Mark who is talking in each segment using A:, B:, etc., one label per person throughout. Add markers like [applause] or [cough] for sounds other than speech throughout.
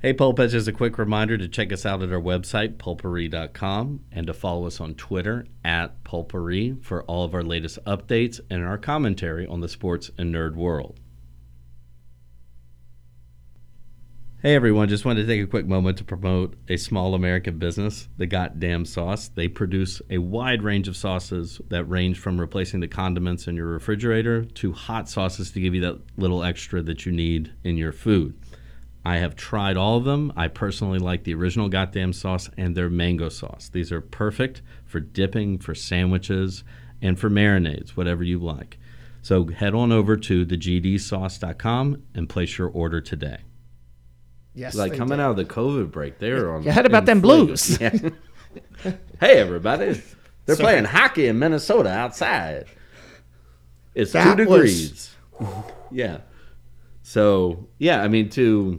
A: Hey, Pulp Edge, as a quick reminder to check us out at our website, pulpery.com, and to follow us on Twitter at pulpery for all of our latest updates and our commentary on the sports and nerd world. Hey everyone, just wanted to take a quick moment to promote a small American business, The Goddamn Sauce. They produce a wide range of sauces that range from replacing the condiments in your refrigerator to hot sauces to give you that little extra that you need in your food. I have tried all of them. I personally like the original Goddamn Sauce and their mango sauce. These are perfect for dipping, for sandwiches, and for marinades, whatever you like. So head on over to thegdsauce.com and place your order today.
B: Yes,
A: Like
B: they
A: coming
B: did.
A: out of the COVID break, they're on.
B: You heard about them
A: inflated.
B: blues.
A: Yeah.
B: [laughs]
A: hey, everybody! They're
B: So-
A: playing hockey in Minnesota outside. It's
B: That
A: two
B: was- [sighs]
A: degrees. yeah. So yeah, I mean to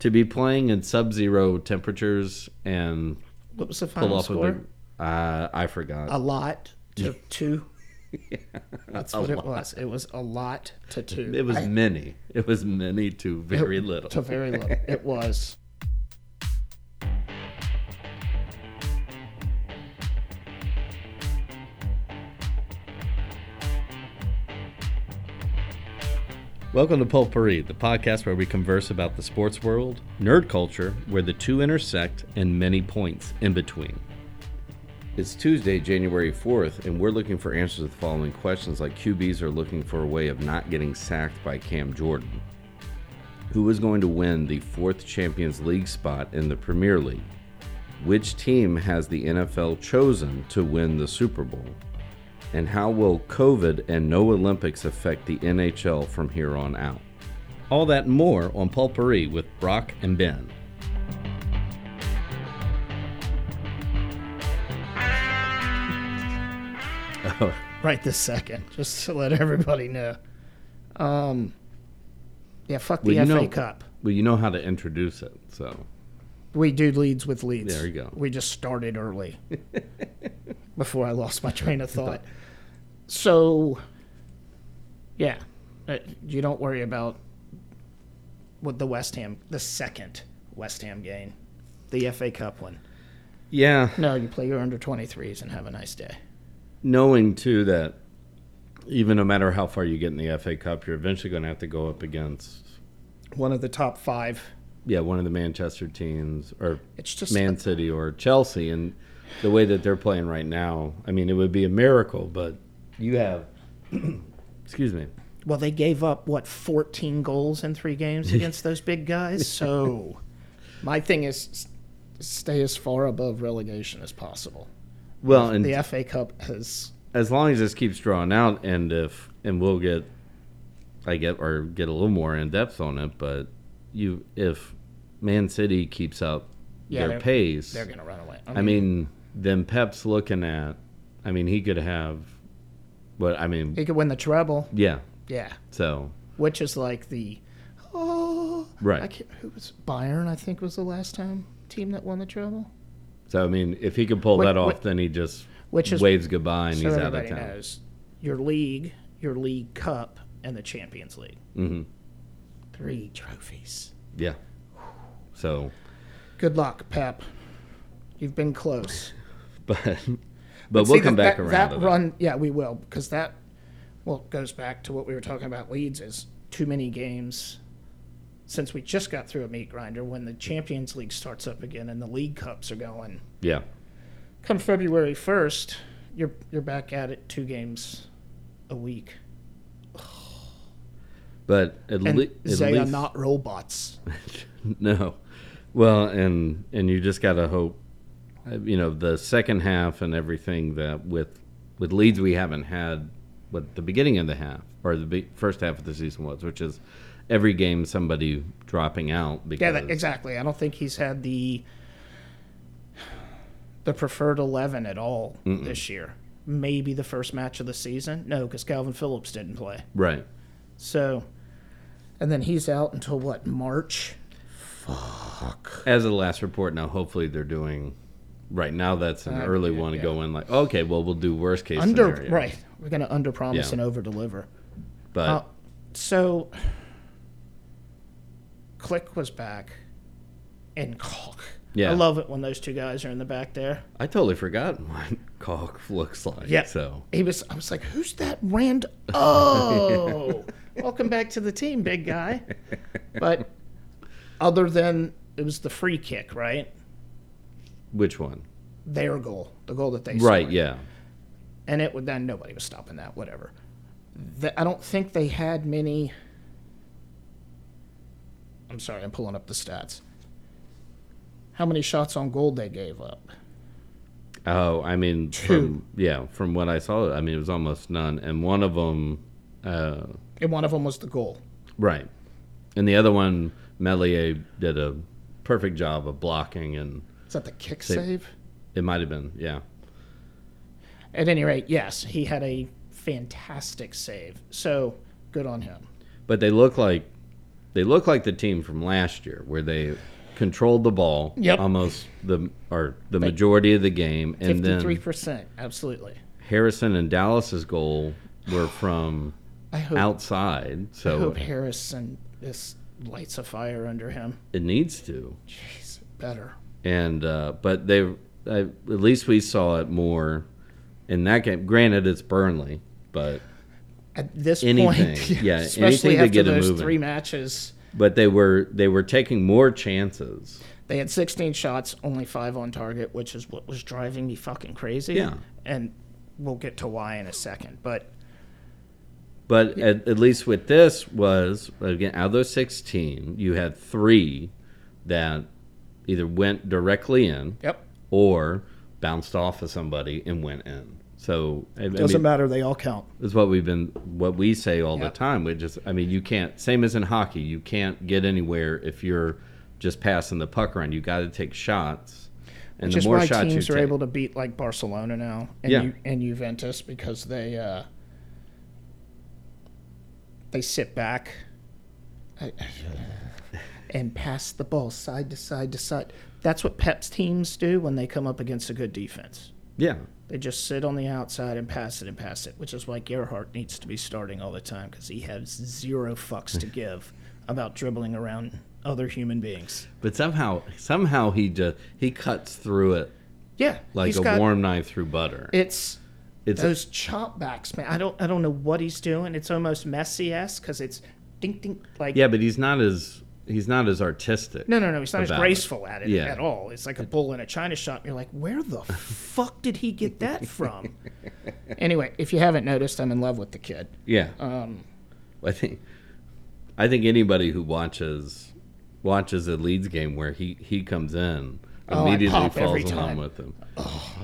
A: to be playing in sub-zero temperatures and
B: What was the
A: pull
B: final
A: off
B: score?
A: a big. Uh, I forgot.
B: a lot to
A: [laughs]
B: two. That's
A: A
B: what
A: lot.
B: it was. It was a lot
A: [laughs]
B: to two.
A: it was
B: I-
A: many. It was many to very little.
B: to
A: [laughs]
B: very little. It was.
A: Welcome to Potpourri, the podcast where we converse about the sports world, nerd culture, where the two intersect, and many points in between.
C: It's Tuesday, January 4th, and we're looking for answers to the following questions like QBs are looking for a way of not getting sacked by Cam Jordan. Who is going to win the fourth Champions League spot in the Premier League? Which team has the NFL chosen to win the Super Bowl? And how will COVID and no Olympics affect the NHL from here on out?
A: All that and more on Potpourri with Brock and Ben.
B: right this second, just to let everybody know. Um, yeah, fuck the
C: Well, you
B: FA
C: know-
B: Cup.
C: Well, you know how to introduce it, so.
B: We do leads with leads.
C: There you go.
B: We just started [laughs] early before I lost my train of [laughs] thought. So, yeah, uh, you don't worry about what the West Ham, the second West Ham game, the FA Cup one.
C: Yeah.
B: No, you play your under 23s and have a nice day.
C: knowing too that even no matter how far you get in the FA Cup, you're eventually going to have to go up against
B: One of the top five.
C: yeah one of the Manchester teams or
B: It's just
C: Man City or Chelsea, and the way that they're playing right now, I mean, it would be a miracle. But you have [clears throat] excuse me,
B: Well, they gave up what 14 goals in three games against those
C: [laughs]
B: big guys. So, my thing is s- stay as far above relegation as possible.
C: well, and
B: The FA Cup has
C: as long as this keeps drawing out, and if and we'll get, I get or get a little more in depth on it, but you if Man City keeps up
B: Yeah,
C: their
B: they're-
C: pace,
B: they're going to run away.
C: I mean, then Pep's looking at. I mean, he could have. What I mean,
B: he could win the treble.
C: yeah.
B: Yeah,
C: So
B: which is like the oh
C: Right.
B: I can't, who was Bayern? I think was the last time team that won the treble.
C: so I mean, if he could pull
B: Wait,
C: that off,
B: wait.
C: then he just
B: Which is-
C: waves goodbye and
B: So
C: he's out of
B: everybody
C: town.
B: knows your league, your league cup, and the Champions League.
C: Mhm.
B: Three trophies.
C: Yeah. So, [laughs]
B: Good luck, Pep. You've been close.
C: but but we'll
B: See,
C: come back
B: that- that,
C: around.
B: That
C: to
B: run, yeah, we will, because that well goes back to what we were talking about. Leeds is too many games since we just got through a meat grinder. When the Champions League starts up again and the League Cups are going
C: Yeah.
B: come February first, you're you're back at it two games a week,
C: But at,
B: and
C: le- at
B: they are
C: least
B: not robots.
C: [laughs] no. Well, and and you just gotta hope, uh, you know, the second half and everything that with with leads we haven't had, what the beginning of the half or the be- first half of the season was, which is every game somebody dropping out because
B: Yeah, that, exactly. I don't think he's had the the preferred eleven at all this year. Maybe the first match of the season. No, because Calvin Phillips didn't play.
C: right.
B: So, and then he's out until what March?
C: As of the last report, now hopefully they're doing. Right now, that's an
B: Uh,
C: early one to go in. Like, okay, well, we'll do worst case
B: Under
C: scenario.
B: right, we're gonna under
C: Yeah.
B: promise
C: Uh,
B: and Uh, over deliver.
C: but
B: Uh, so, Click was back. and Kalk.
C: Yeah.
B: I love it when those two guys are in the back there.
C: I totally forgot [laughs] what Kalk looks like.
B: Yeah.
C: So
B: He was. I was like, "Who's that Rand?"
C: [laughs]
B: Oh, welcome back to the team, big guy. But other than it was the free kick, right?
C: which one?
B: Their goal, the goal that they
C: Right.
B: scored.
C: Yeah.
B: and it would then nobody was stopping that. Whatever. The, I don't think they had many. I'm sorry, I'm pulling up the stats. How many shots on goal they gave up?
C: Oh, I mean,
B: Two.
C: from, yeah, from what I saw, I mean, it was almost none. And one of them, uh,
B: And one of them was the goal.
C: right. And the other one, Melier did a perfect job of blocking, and
B: Is that the kick
C: Save.
B: save?
C: it might have been, yeah.
B: At any rate, yes, he had a fantastic save. So good on him.
C: But they look like they look like the team from last year, where they controlled the ball
B: Yep.
C: almost the or the majority of the game, and
B: Fifty-three
C: then
B: percent, absolutely.
C: Harrison and Dallas's goal were from
B: I hope,
C: outside,
B: I
C: so
B: hope Harrison this lights a fire under him.
C: it needs to.
B: Jeez, better.
C: and uh, but they I, at least we saw it more in that game. Granted, it's Burnley, but
B: At this point, [laughs]
C: Anything, yeah, anything
B: especially
C: to
B: after
C: get him
B: those
C: moving.
B: three matches,
C: but they were they were taking more chances.
B: they had sixteen shots, only five on target, which is what was driving me fucking crazy.
C: Yeah.
B: and we'll get to why in a second, but
C: But at, at least with this was again out of those sixteen, you had three that either went directly in
B: yep,
C: or bounced off of somebody and went in. So I, I
B: doesn't
C: mean,
B: matter. They all count.
C: That's what we've been, what we say all
B: Yep.
C: the time. We just, I mean, you can't, same as in hockey, you can't get anywhere if you're just passing the puck around. You got to take shots, and
B: Which
C: the
B: is
C: more
B: why
C: shots
B: teams
C: you
B: are
C: take,
B: able to beat like Barcelona now and,
C: Yeah.
B: Ju- and Juventus because they uh, they sit back I-
C: [laughs]
B: and pass the ball side to side to side. That's what Pep's teams do when they come up against a good defense.
C: yeah,
B: They just sit on the outside and pass it and pass it, which is why Gerhardt needs to be starting all the time because he has zero fucks
C: [laughs]
B: to give about dribbling around other human beings.
C: but somehow, somehow he just he cuts through it
B: Yeah,
C: like
B: he's
C: a
B: got-
C: warm knife through butter.
B: It's
C: It's
B: those chopbacks, man. I don't, I don't know what he's doing. It's almost messy esque because it's ding ding like.
C: yeah, but he's not as he's not as artistic.
B: No, no, no. He's not as
C: About it.
B: graceful at it
C: Yeah.
B: at all. It's like a bull in a china shop. You're like,
C: [laughs]
B: where the fuck did he get that from? anyway, if you haven't noticed, I'm in love with the kid.
C: Yeah.
B: Um,
C: I think I think anybody who watches watches a Leeds game where he he comes in
B: Oh, I
C: immediately
B: pop every
C: falls in love
B: time.
C: with him.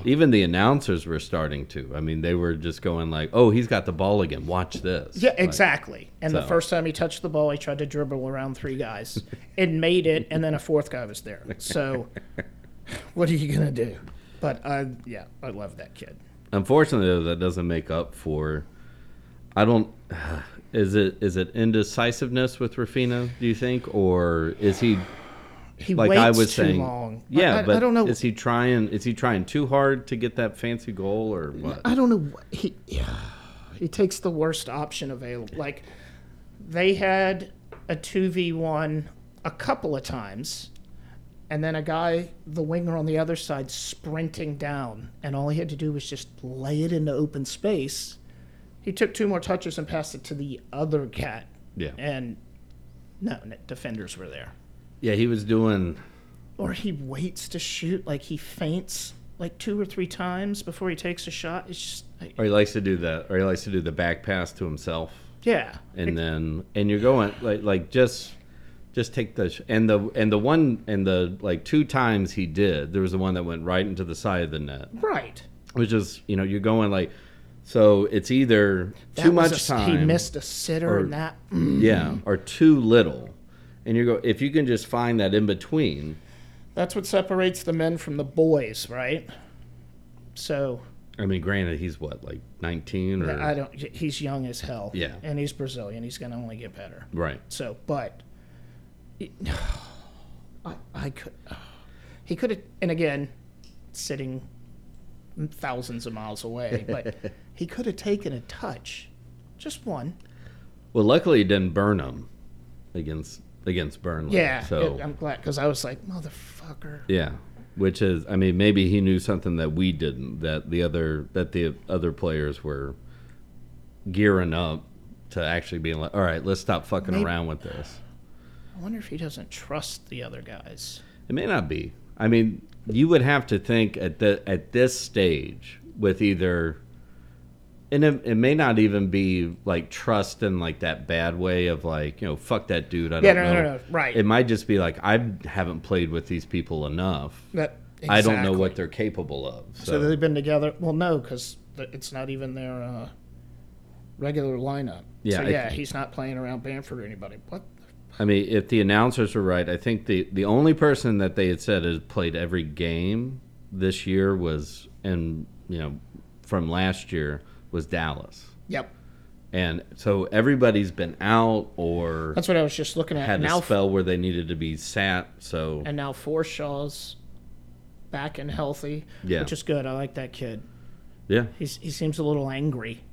C: Even the announcers were starting to. I mean, they were just going like, "Oh, he's got the ball again. Watch this."
B: Yeah,
C: Like,
B: exactly. And the
C: so-
B: first time he touched the ball, he tried to dribble around
C: [laughs]
B: three guys. it made it, and then a fourth guy was there. So, what are you gonna do? But I, yeah, I love that kid.
C: Unfortunately, though, that doesn't make up for. I don't. [sighs] Is it is it indecisiveness with Rafina? Do you think, or is he
B: He
C: like
B: waits
C: I was
B: too
C: saying?
B: long. I-
C: Yeah,
B: I,
C: but
B: I don't know.
C: Is he trying? Is he trying too hard to get that fancy goal, or what?
B: I don't know. What, he yeah, he takes the worst option available. Like they had a two v one a couple of times, and then a guy, the winger on the other side, sprinting down, and all he had to do was just lay it into open space. He took two more touches and passed it to the other cat,
C: Yeah.
B: and no, no defenders were there.
C: Yeah, he was doing.
B: or he waits to shoot like he faints like two or three times before he takes a shot it's just like,
C: Or he likes to do the, or he likes to do the back pass to himself,
B: yeah
C: and then and you're going like like just just take the sh- and the and the one and the like two times he did there was the one that went right into the side of the net,
B: right
C: which is you know you're going like so it's either
B: That
C: too
B: was
C: much
B: a-
C: time
B: he missed a sitter
C: or-
B: and that
C: yeah or too little, and you go if you can just find that in between
B: that's what separates the men from the boys right so
C: I mean granted he's what like 19 or
B: i don't he's young as hell
C: Yeah.
B: and he's brazilian he's gonna only get better
C: right
B: so but [sighs] I, I could [sighs] he could have and again sitting thousands of miles away
C: [laughs]
B: but he could have taken a touch just one
C: Well, luckily it didn't burn him against against Burnley.
B: Yeah.
C: So
B: it- um, I'm glad because I was like, motherfucker.
C: yeah, which is I mean maybe he knew something that we didn't that the other that the other players were gearing up to actually being like, all right, let's stop fucking
B: Maybe-
C: around with this.
B: I wonder if he doesn't trust the other guys.
C: It may not be. I mean, you would have to think at the at this stage with either, and it, it may not even be like trust in like that bad way of like you know fuck that dude. I
B: Yeah,
C: don't
B: no,
C: know.
B: no, no, right.
C: It might just be like I haven't played with these people enough.
B: That
C: I don't know
B: exactly.
C: what they're capable of. So,
B: So they've been together. Well, no, because it's not even their uh, regular lineup.
C: Yeah,
B: So,
C: I-
B: yeah, he's not playing around Bamford or anybody. What?
C: I mean, if the announcers were right, I think the the only person that they had said has played every game this year was and you know from last year was Dallas.
B: Yep.
C: and so everybody's been out or
B: That's what I was just looking at.
C: had
B: now,
C: a spell where they needed to be sat. So
B: and now Forshaw's back and healthy,
C: Yeah.
B: which is good. I like that kid.
C: yeah,
B: He's, he seems a little angry.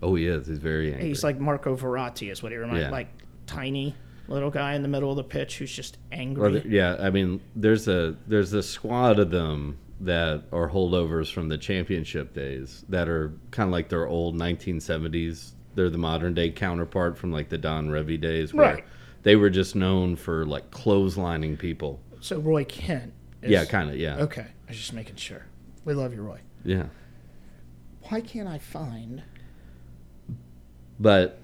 C: oh he is. He's very angry.
B: He's like Marco Verratti is what he reminds
C: Yeah.
B: like tiny little guy in the middle of the pitch who's just angry.
C: Well, th- yeah, I mean, there's a there's a squad of them that are holdovers from the championship days that are kind of like their old 1970s. They're the modern day counterpart from like the Don Revy days, where
B: Right.
C: they were just known for like clotheslining people.
B: so Roy Kent. Is,
C: Yeah, kind of. Yeah,
B: Okay, I was just making sure. We love you, Roy.
C: yeah.
B: Why can't I find?
C: But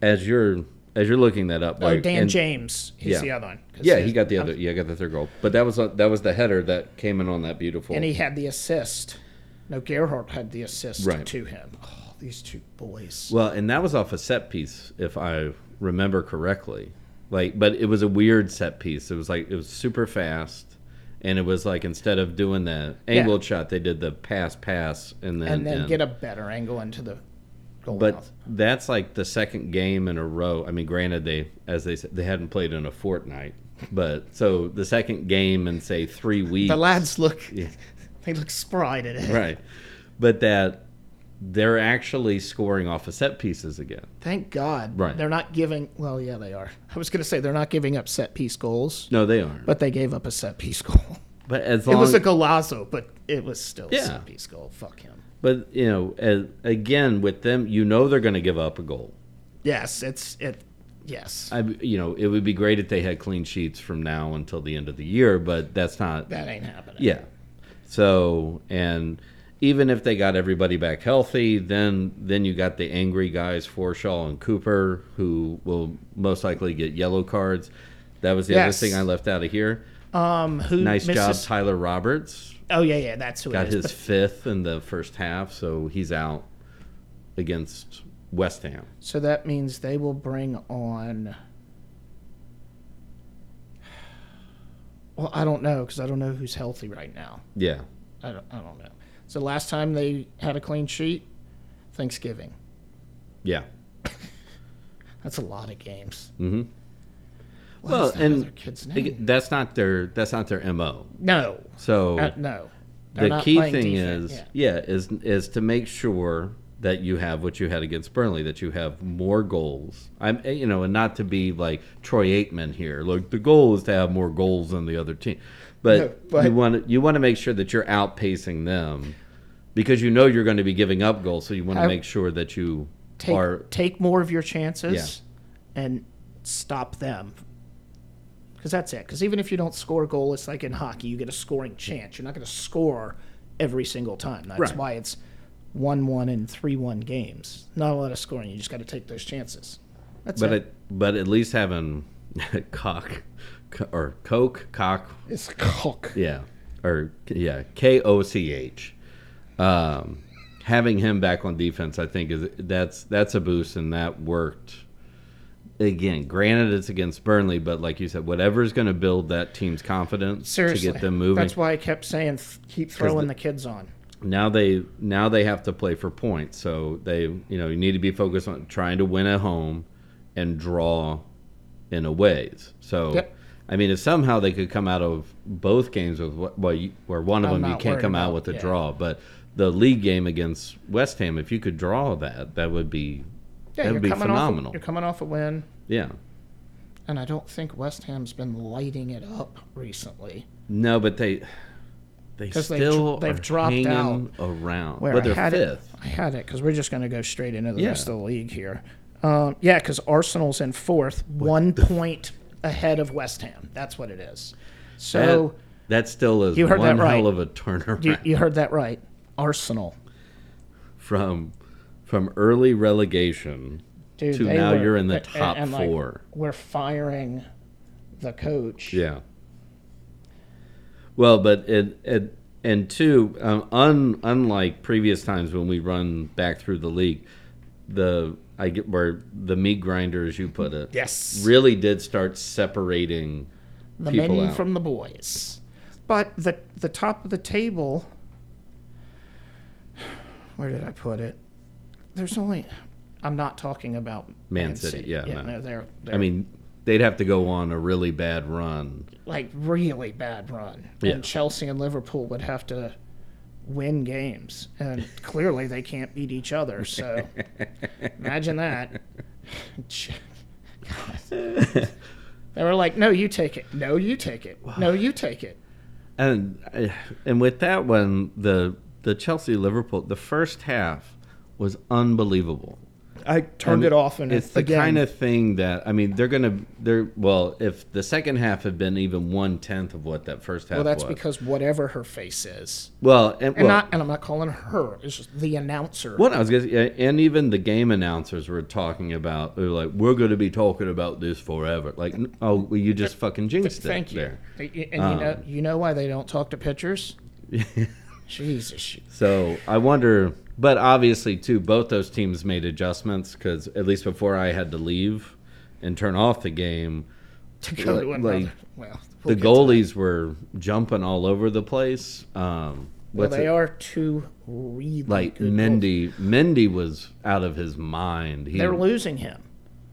C: as you're as you're looking that up,
B: oh,
C: like,
B: Dan
C: and-
B: James. He's
C: Yeah.
B: the other one. 'Cause
C: Yeah,
B: his-
C: he got the other. Yeah, got the third goal. But that was that was the header that came in on that beautiful.
B: And he had the assist. No, Gerhardt had the assist
C: Right.
B: to him. Oh, these two boys.
C: well, and that was off a set piece, if I remember correctly. Like, but it was a weird set piece. It was like it was super fast, and it was like instead of doing the angled shot, they did the pass, pass, and then
B: and then
C: in.
B: get a better angle into the goal
C: But
B: mouth.
C: that's like the second game in a row. I mean, granted, they as they said they hadn't played in a fortnight, but so the second game in say three weeks.
B: The lads look.
C: Yeah.
B: [laughs] They look spry [laughs] today.
C: right but that they're actually scoring off of set pieces again
B: Thank God.
C: Right.
B: They're not giving. Well, yeah, they are. I was going to say they're not giving up set piece goals,
C: no they aren't but,
B: but they gave up a set piece goal. [laughs]
C: as
B: It
C: long
B: was a golazo, but it was still
C: Yeah.
B: a set piece goal. Fuck him.
C: but you know as, again with them you know they're going to give up a goal
B: Yes, it's it. Yes,
C: I, you know it would be great if they had clean sheets from now until the end of the year but that's not
B: that ain't happening.
C: yeah so and even if they got everybody back healthy then then you got the angry guys Forshaw and Cooper who will most likely get yellow cards that was the
B: Yes.
C: other thing I left out of here
B: Um. Who?
C: Nice job,
B: misses-
C: Tyler Roberts.
B: Oh yeah, yeah. That's who
C: Got
B: it is.
C: his fifth in the first half, so he's out against West Ham.
B: So that means they will bring on. Well, I don't know because I don't know who's healthy right now.
C: Yeah.
B: I don't, I don't know. So last time they had a clean sheet, Thanksgiving.
C: Yeah.
B: That's a lot of games.
C: hmm
B: What
C: Well,
B: is that
C: and
B: other kid's name?
C: Ag- That's not their that's not their MO.
B: no,
C: So
B: Uh, no. They're
C: Oh. the
B: not
C: key
B: playing
C: thing
B: defense.
C: is
B: Yeah.
C: yeah. is is to make sure that you have what you had against Burnley, that you have more goals. I'm eh, you know, and not to be like Troy Aikman here. Look, the goal is to have more goals than the other team. But,
B: No, but-
C: you want to you want to make sure that you're outpacing them because you know you're going to be giving up goals, so you want
B: I-
C: to make sure that you
B: take
C: are
B: take more of your chances and stop them because that's it because even if you don't score a goal it's like in hockey you get a scoring chance you're not going to score every single time that's
C: Right.
B: why it's 1-1 and 3-1 games not a lot of scoring you just got to take those chances that's
C: but
B: it
C: it, but at least having [laughs] cock co- or coke cock
B: it's cock
C: Yeah, or yeah, K O C H. Um, having him back on defense, I think is that's that's a boost, and that worked. Again, granted, it's against Burnley, but like you said, whatever's going to build that team's confidence
B: seriously
C: to get them moving.
B: that's why i kept saying th- keep throwing the kids on
C: Now they now they have to play for points, so they you know you need to be focused on trying to win at home and draw in a ways. So.
B: Yep.
C: I mean, if somehow they could come out of both games with what- well, you, or one of
B: I'm
C: them you
B: not
C: can't
B: worried
C: come out
B: about-
C: with a
B: yeah.
C: draw, but the league game against West Ham, if you could draw that, that would be
B: yeah
C: that
B: you're
C: would be
B: coming
C: phenomenal.
B: off you're coming off a win
C: yeah,
B: and I don't think West Ham's been lighting it up recently.
C: No, but they they
B: 'Cause they've
C: still
B: dr- they've
C: are
B: dropped
C: hanging
B: out.
C: around.
B: Where
C: but
B: I
C: they're
B: had
C: fifth.
B: it, I had it because we're just going to go straight into the
C: Yeah.
B: rest of the league here. Um, yeah, because Arsenal's in fourth, one point ahead of West Ham. That's what it is. So
C: that, that still is
B: You heard
C: one
B: that right.
C: hell of a turnaround
B: you, you heard that right, Arsenal.
C: from from early relegation
B: Dude,
C: to
B: they
C: now
B: were-
C: you're in the
B: and-
C: top
B: and, like,
C: four.
B: we're firing the coach.
C: Yeah. Well, but it, it and two, um, un, unlike previous times when we run back through the league, the I get where the meat grinder, as you put it,
B: Yes.
C: really did start separating
B: the
C: people
B: men
C: out.
B: from the boys. But the the top of the table. Where did I put it? There's only. I'm not talking about
C: Man City, yeah,
B: yeah,
C: no.
B: no, they're, they're
C: I mean, they'd have to go on a really bad run.
B: like really bad run,
C: Yeah.
B: and Chelsea and Liverpool would have to win games,
C: [laughs]
B: and clearly they can't beat each other. So
C: [laughs]
B: imagine that. [laughs] God. They were like, "No, you take it. No, you take it. No, you take it."
C: And and with that one, the the Chelsea Liverpool, the first half was unbelievable.
B: I turned
C: mean,
B: it off, and
C: it's the kind of thing that I mean they're gonna they're well if the second half had been even one tenth of what that first half
B: well, that's
C: was.
B: because whatever her face is,
C: well and,
B: and
C: well,
B: not, and I'm not calling her. It's just the announcer.
C: what I was gonna say, and even the game announcers were talking about they're like we're gonna be talking about this forever like n- oh well, you just fucking jinxed it
B: Thank you.
C: there Um.
B: They- And you know, you know why they don't talk
C: [laughs]
B: to pitchers? Jesus,
C: so I wonder but obviously too both those teams made adjustments because at least before I had to leave and turn off the game
B: to go to
C: Like-
B: another.
C: like,
B: well,
C: the
B: we'll get to that.
C: goalies were jumping all over the place. Um,
B: Well,
C: what's
B: they
C: it-
B: are two really
C: like
B: good goals.
C: Mendy. Mendy was out of his mind. He,
B: They're losing him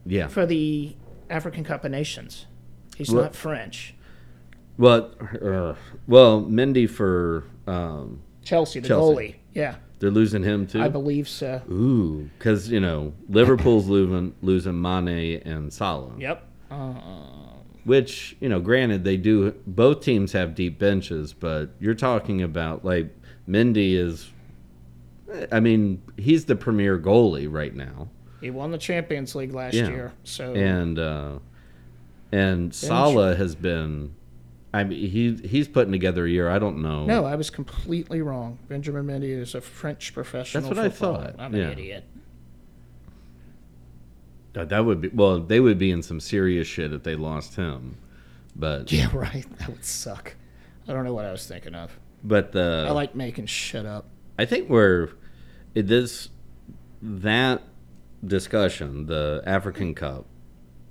C: yeah.
B: for the African Cup of Nations. He's
C: Well-
B: not French.
C: Well, uh, well, Mendy for um,
B: Chelsea, the
C: Chelsea.
B: goalie. Yeah,
C: they're losing him too.
B: I believe so.
C: Ooh, because you know Liverpool's losing losing Mane and Salah.
B: Yep. Um,
C: Which you know, granted, they do. Both teams have deep benches, but you're talking about like Mendy is. I mean, he's the premier goalie right now.
B: He won the Champions League last
C: Yeah.
B: year. So
C: and uh, and Salah has been. I mean, he he's putting together a year. I don't know.
B: no, I was completely wrong. Benjamin Mendy is a French professional.
C: what I
B: footballer.
C: thought,
B: I'm
C: yeah.
B: an
C: [laughs]
B: idiot.
C: Uh, that would be well. They would be in some serious shit if they lost him. But
B: Yeah, [laughs] right. That would suck. I don't know what I was thinking of.
C: but the
B: I like making shit up.
C: I think we're it- this that discussion, the African Cup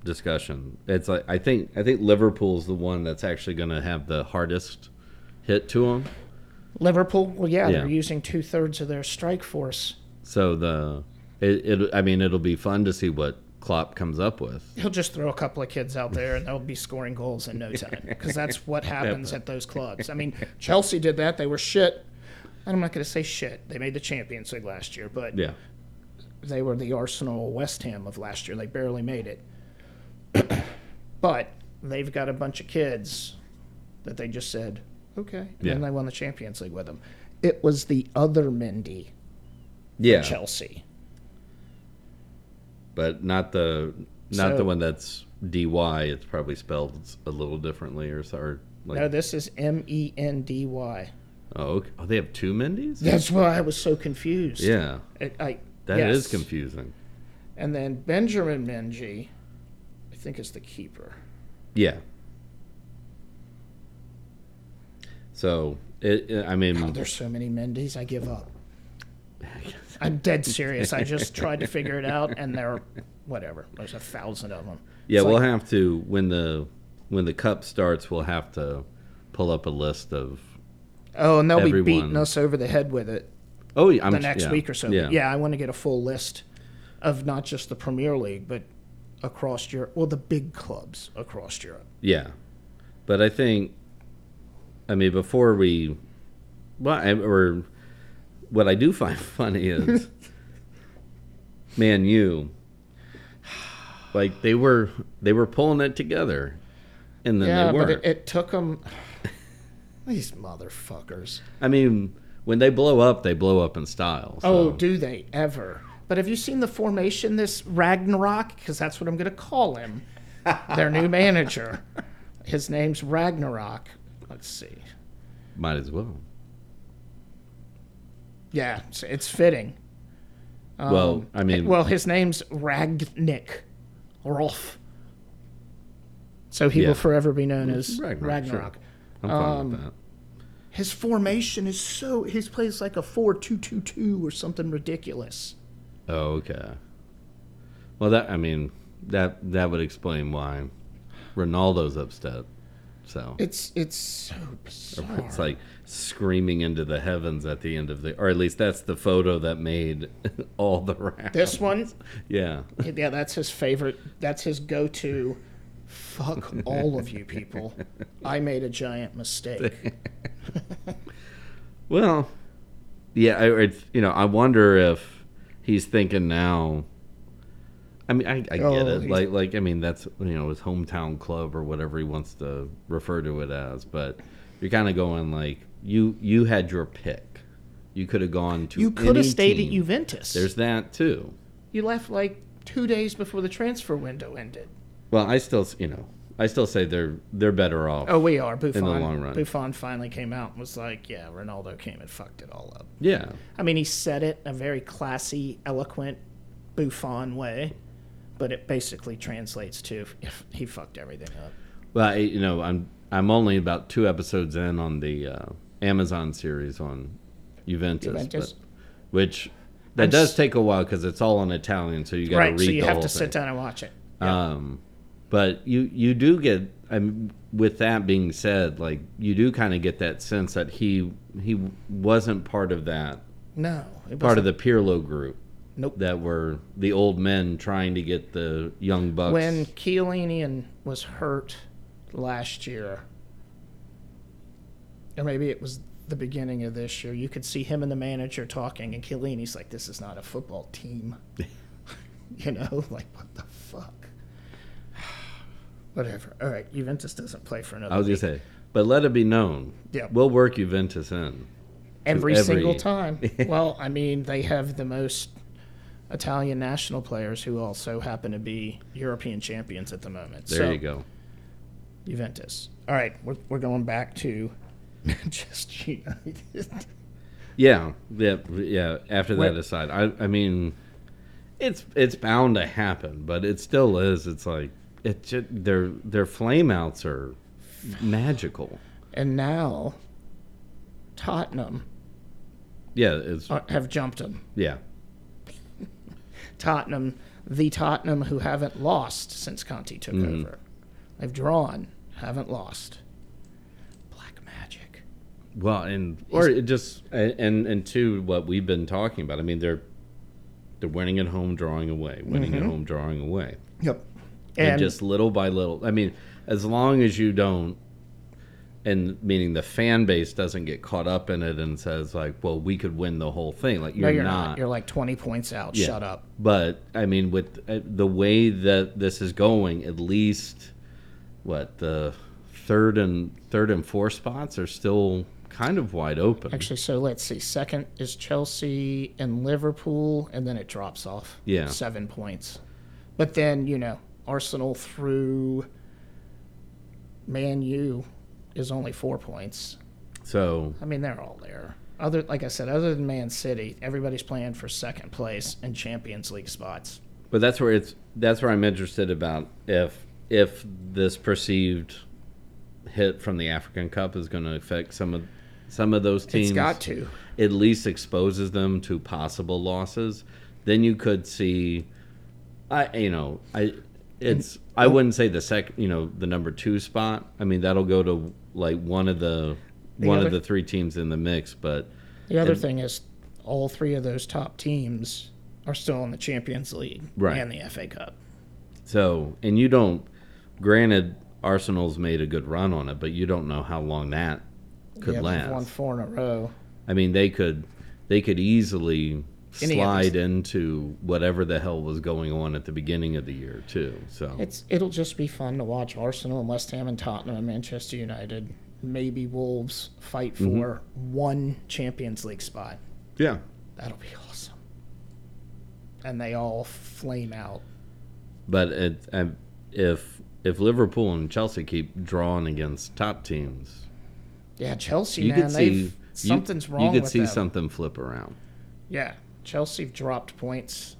C: discussion. It's like I think I think Liverpool's the one that's actually going to have the hardest hit to them.
B: Liverpool, well, yeah,
C: Yeah.
B: they're using two thirds of their strike force.
C: So the it, it I mean it'll be fun to see what Klopp comes up with.
B: He'll just throw a couple of kids out there and they'll be scoring
C: [laughs]
B: goals in no time because that's what happens at those clubs. I mean, Chelsea did that. They were shit. And I'm not going to say shit. They made the Champions League last year, but
C: Yeah.
B: they were the Arsenal West Ham of last year. They barely made it. [clears throat] but they've got a bunch of kids that they just said, okay. And then
C: Yeah.
B: they won the Champions League with them. It was the other Mendy,
C: Yeah.
B: Chelsea.
C: But not the not
B: So-
C: the one that's D Y. It's probably spelled a little differently or so- or like
B: No, this is M E N D Y.
C: oh, okay. oh they have two Mendy's?
B: That's why I was so confused.
C: Yeah.
B: It, I,
C: that is
B: yes.
C: confusing.
B: And then Benjamin Menji, I think is the keeper.
C: Yeah. So it, it- I mean
B: There's so many Mendy's, I
C: [laughs]
B: give up. I'm dead serious. I just tried to figure it out, and there, whatever. There's a thousand of them.
C: yeah,
B: It's
C: we'll
B: like-
C: have to when the when the cup starts we'll have to pull up a list of
B: oh, and they'll
C: everyone-
B: be beating us over the head with it
C: Oh, yeah, I'm
B: the next
C: yeah,
B: week or so.
C: Yeah.
B: Yeah. I want to get a full list of not just the Premier League, but across Europe. Well, the big clubs across Europe.
C: Yeah, but I think, I mean, before we, well, I, or what I do [laughs] find funny is, man, you Like they were they were pulling it together, and then
B: yeah,
C: they
B: but
C: weren't.
B: it, it
C: [laughs]
B: took them. These motherfuckers.
C: I mean, when they blow up, they blow up in style.
B: Oh,
C: so-
B: do they ever? But have you seen the formation this Ragnarok? Because that's what I'm going to call him. Their
C: [laughs]
B: new manager. His name's Ragnarok. Let's see.
C: might as well.
B: Yeah, it's, it's fitting.
C: well, I mean,
B: Um, eh, Well, his name's Ragnik, Rolf. So he
C: Yeah.
B: will forever be known as
C: Ragnarok,
B: Ragnarok.
C: sure. I'm fine with
B: um,
C: that.
B: His formation is so. He plays like a 4 2 2 2 or something ridiculous.
C: Oh, okay. Well, that I mean, that that would explain why Ronaldo's upset. So
B: It's, it's so bizarre.
C: it's like screaming into the heavens at the end of the, or at least that's the photo that made [laughs] all the rounds.
B: This one,
C: yeah,
B: [laughs] yeah, that's his favorite. That's his go to. Fuck all of you people. I made a giant mistake.
C: Well, yeah, I, it's, you know, I wonder if he's thinking now. I mean, I, I get
B: Oh,
C: it.
B: he's-
C: Like, like I mean, that's you know his hometown club or whatever he wants to refer to it as. But you're kind of going like you you had your pick. You could have gone to.
B: You could have
C: any
B: stayed
C: team.
B: at Juventus.
C: There's that too.
B: you left like two days before the transfer window ended.
C: Well, I still s- you know I still say they're they're better off.
B: Oh, we are. Buffon,
C: long run.
B: Buffon finally came out and was like, yeah, Ronaldo came and fucked it all up.
C: yeah,
B: I mean, he said it in a very classy, eloquent, Buffon way, but it basically translates to "If he fucked everything up.
C: Well, I, you know, I'm I'm only about two episodes in on the uh, Amazon series on Juventus,
B: Juventus.
C: but- which that
B: I'm
C: does
B: s-
C: take a while because it's all in Italian, so you got to
B: Right,
C: read
B: so you
C: the
B: have
C: whole
B: to
C: thing.
B: sit down and watch it.
C: Um, but you you do get. I mean, with that being said, like you do kind of get that sense that he he wasn't part of that
B: No. It
C: part of
B: wasn't-
C: the Pirlo group
B: Nope.
C: that were the old men trying to get the young bucks.
B: When Chiellinian was hurt last year, or maybe it was the beginning of this year, you could see him and the manager talking, and Chiellini's like, "This is not a football
C: [laughs]
B: team," you know, [laughs] like what the fuck. [sighs] Whatever. All right, Juventus doesn't play for another
C: I was gonna say, but let it be known,
B: Yeah.
C: we'll work Juventus in.
B: every,
C: every- [laughs]
B: single time. well, I mean, they have the most Italian national players who also happen to be European champions at the moment.
C: There
B: so,
C: you go.
B: Juventus. All right, we're, we're going back to [laughs] Manchester United.
C: Yeah, yeah, yeah. After that
B: Wait.
C: aside, I, I mean, it's it's bound to happen, but it still is. It's like it ju- their their flameouts are magical.
B: and now, Tottenham
C: Yeah, it's
B: are, have jumped them.
C: yeah.
B: Tottenham, the Tottenham who haven't lost since Conte took over. They've drawn, haven't lost. Black magic.
C: Well, and or it just and and- and to what we've been talking about. I mean, they're they're winning at home, drawing away, winning at home, drawing away.
B: Yep.
C: and,
B: And,
C: just little by little. I mean, as long as you don't, and meaning the fan base doesn't get caught up in it and says like, "Well, we could win the whole thing." Like
B: no,
C: you're,
B: you're
C: not.
B: not. You're like 20 points out.
C: Yeah.
B: Shut up.
C: But I mean, with uh, the way that this is going, at least what the third and third and four spots are still kind of wide open.
B: Actually, so let's see. Second is Chelsea and Liverpool, and then it drops off.
C: Yeah.
B: Seven points. But then, you know, Arsenal through Man U is only four points.
C: so
B: I mean, they're all there. Other, like I said, other than Man City, everybody's playing for second place and Champions League spots.
C: But that's where it's that's where I'm interested about if if this perceived hit from the African Cup is going to affect some of some of those teams.
B: It's got to.
C: At least exposes them to possible losses. Then you could see, I you know I it's I wouldn't say the second you know the number two spot. I mean that'll go to like one of the, one of
B: other-
C: the three teams in the mix, but.
B: The other thing is, all three of those top teams are still in the Champions League
C: Right.
B: and the FA Cup.
C: So, and you don't, granted, Arsenal's made a good run on it, but you don't know how long that could
B: Yeah, they've
C: last.
B: Won four in a row.
C: I mean, they could, they could easily
B: Any of
C: slide
B: these.
C: into whatever the hell was going on at the beginning of the year too. So
B: It's it'll just be fun to watch Arsenal and West Ham and Tottenham and Manchester United, maybe Wolves fight
C: Mm-hmm.
B: for one Champions League spot.
C: yeah,
B: That'll be awesome. And they all flame out.
C: but it, and if if Liverpool and Chelsea keep drawing against top teams,
B: Yeah, Chelsea
C: you
B: man,
C: could
B: they've
C: see
B: something's
C: you,
B: wrong.
C: You could
B: with
C: see
B: them.
C: something flip around.
B: Yeah, Chelsea have dropped points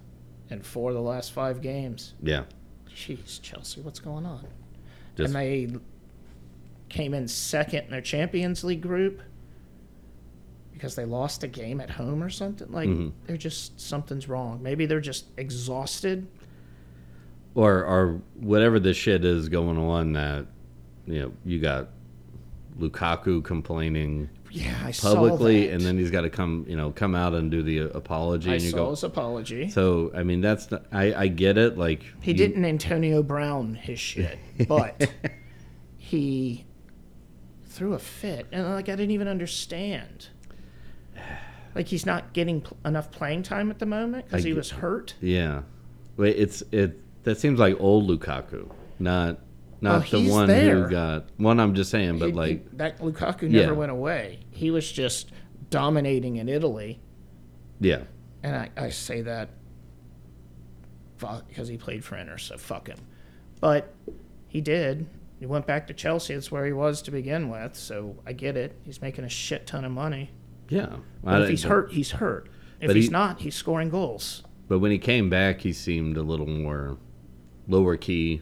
B: in four of the last five games.
C: Yeah,
B: Jeez, Chelsea, what's going on?
C: just
B: and they came in second in their Champions League group because they lost a game at home or something. Like
C: Mm-hmm.
B: they're just something's wrong. Maybe they're just exhausted.
C: or or whatever the shit is going on that you know you got Lukaku complaining
B: Yeah, I
C: publicly,
B: saw that.
C: and then he's got to come you know come out and do the uh, apology,
B: I
C: and you
B: saw
C: go.
B: his apology.
C: So I mean that's not, I I get it like
B: he
C: you-
B: didn't Antonio Brown
C: [laughs]
B: his shit, but he threw a fit, and like I didn't
C: [sighs]
B: even understand. Like he's not getting pl- enough playing time at the moment because
C: I
B: he
C: get-
B: was hurt.
C: yeah wait it's it that seems like old Lukaku not not
B: Oh, he's
C: the one
B: there.
C: who got one I'm just saying but
B: He-
C: like
B: he- that Lukaku
C: Yeah.
B: never went away. He was just dominating in Italy,
C: yeah
B: and I, I say that because he played for Inter, so fuck him. But he did. He went back to Chelsea. That's where he was to begin with. So I get it. He's making a shit ton of money.
C: yeah
B: But if he's hurt, he's hurt. If
C: But
B: he's
C: he-
B: not, he's scoring goals.
C: but when he came back he seemed a little more lower key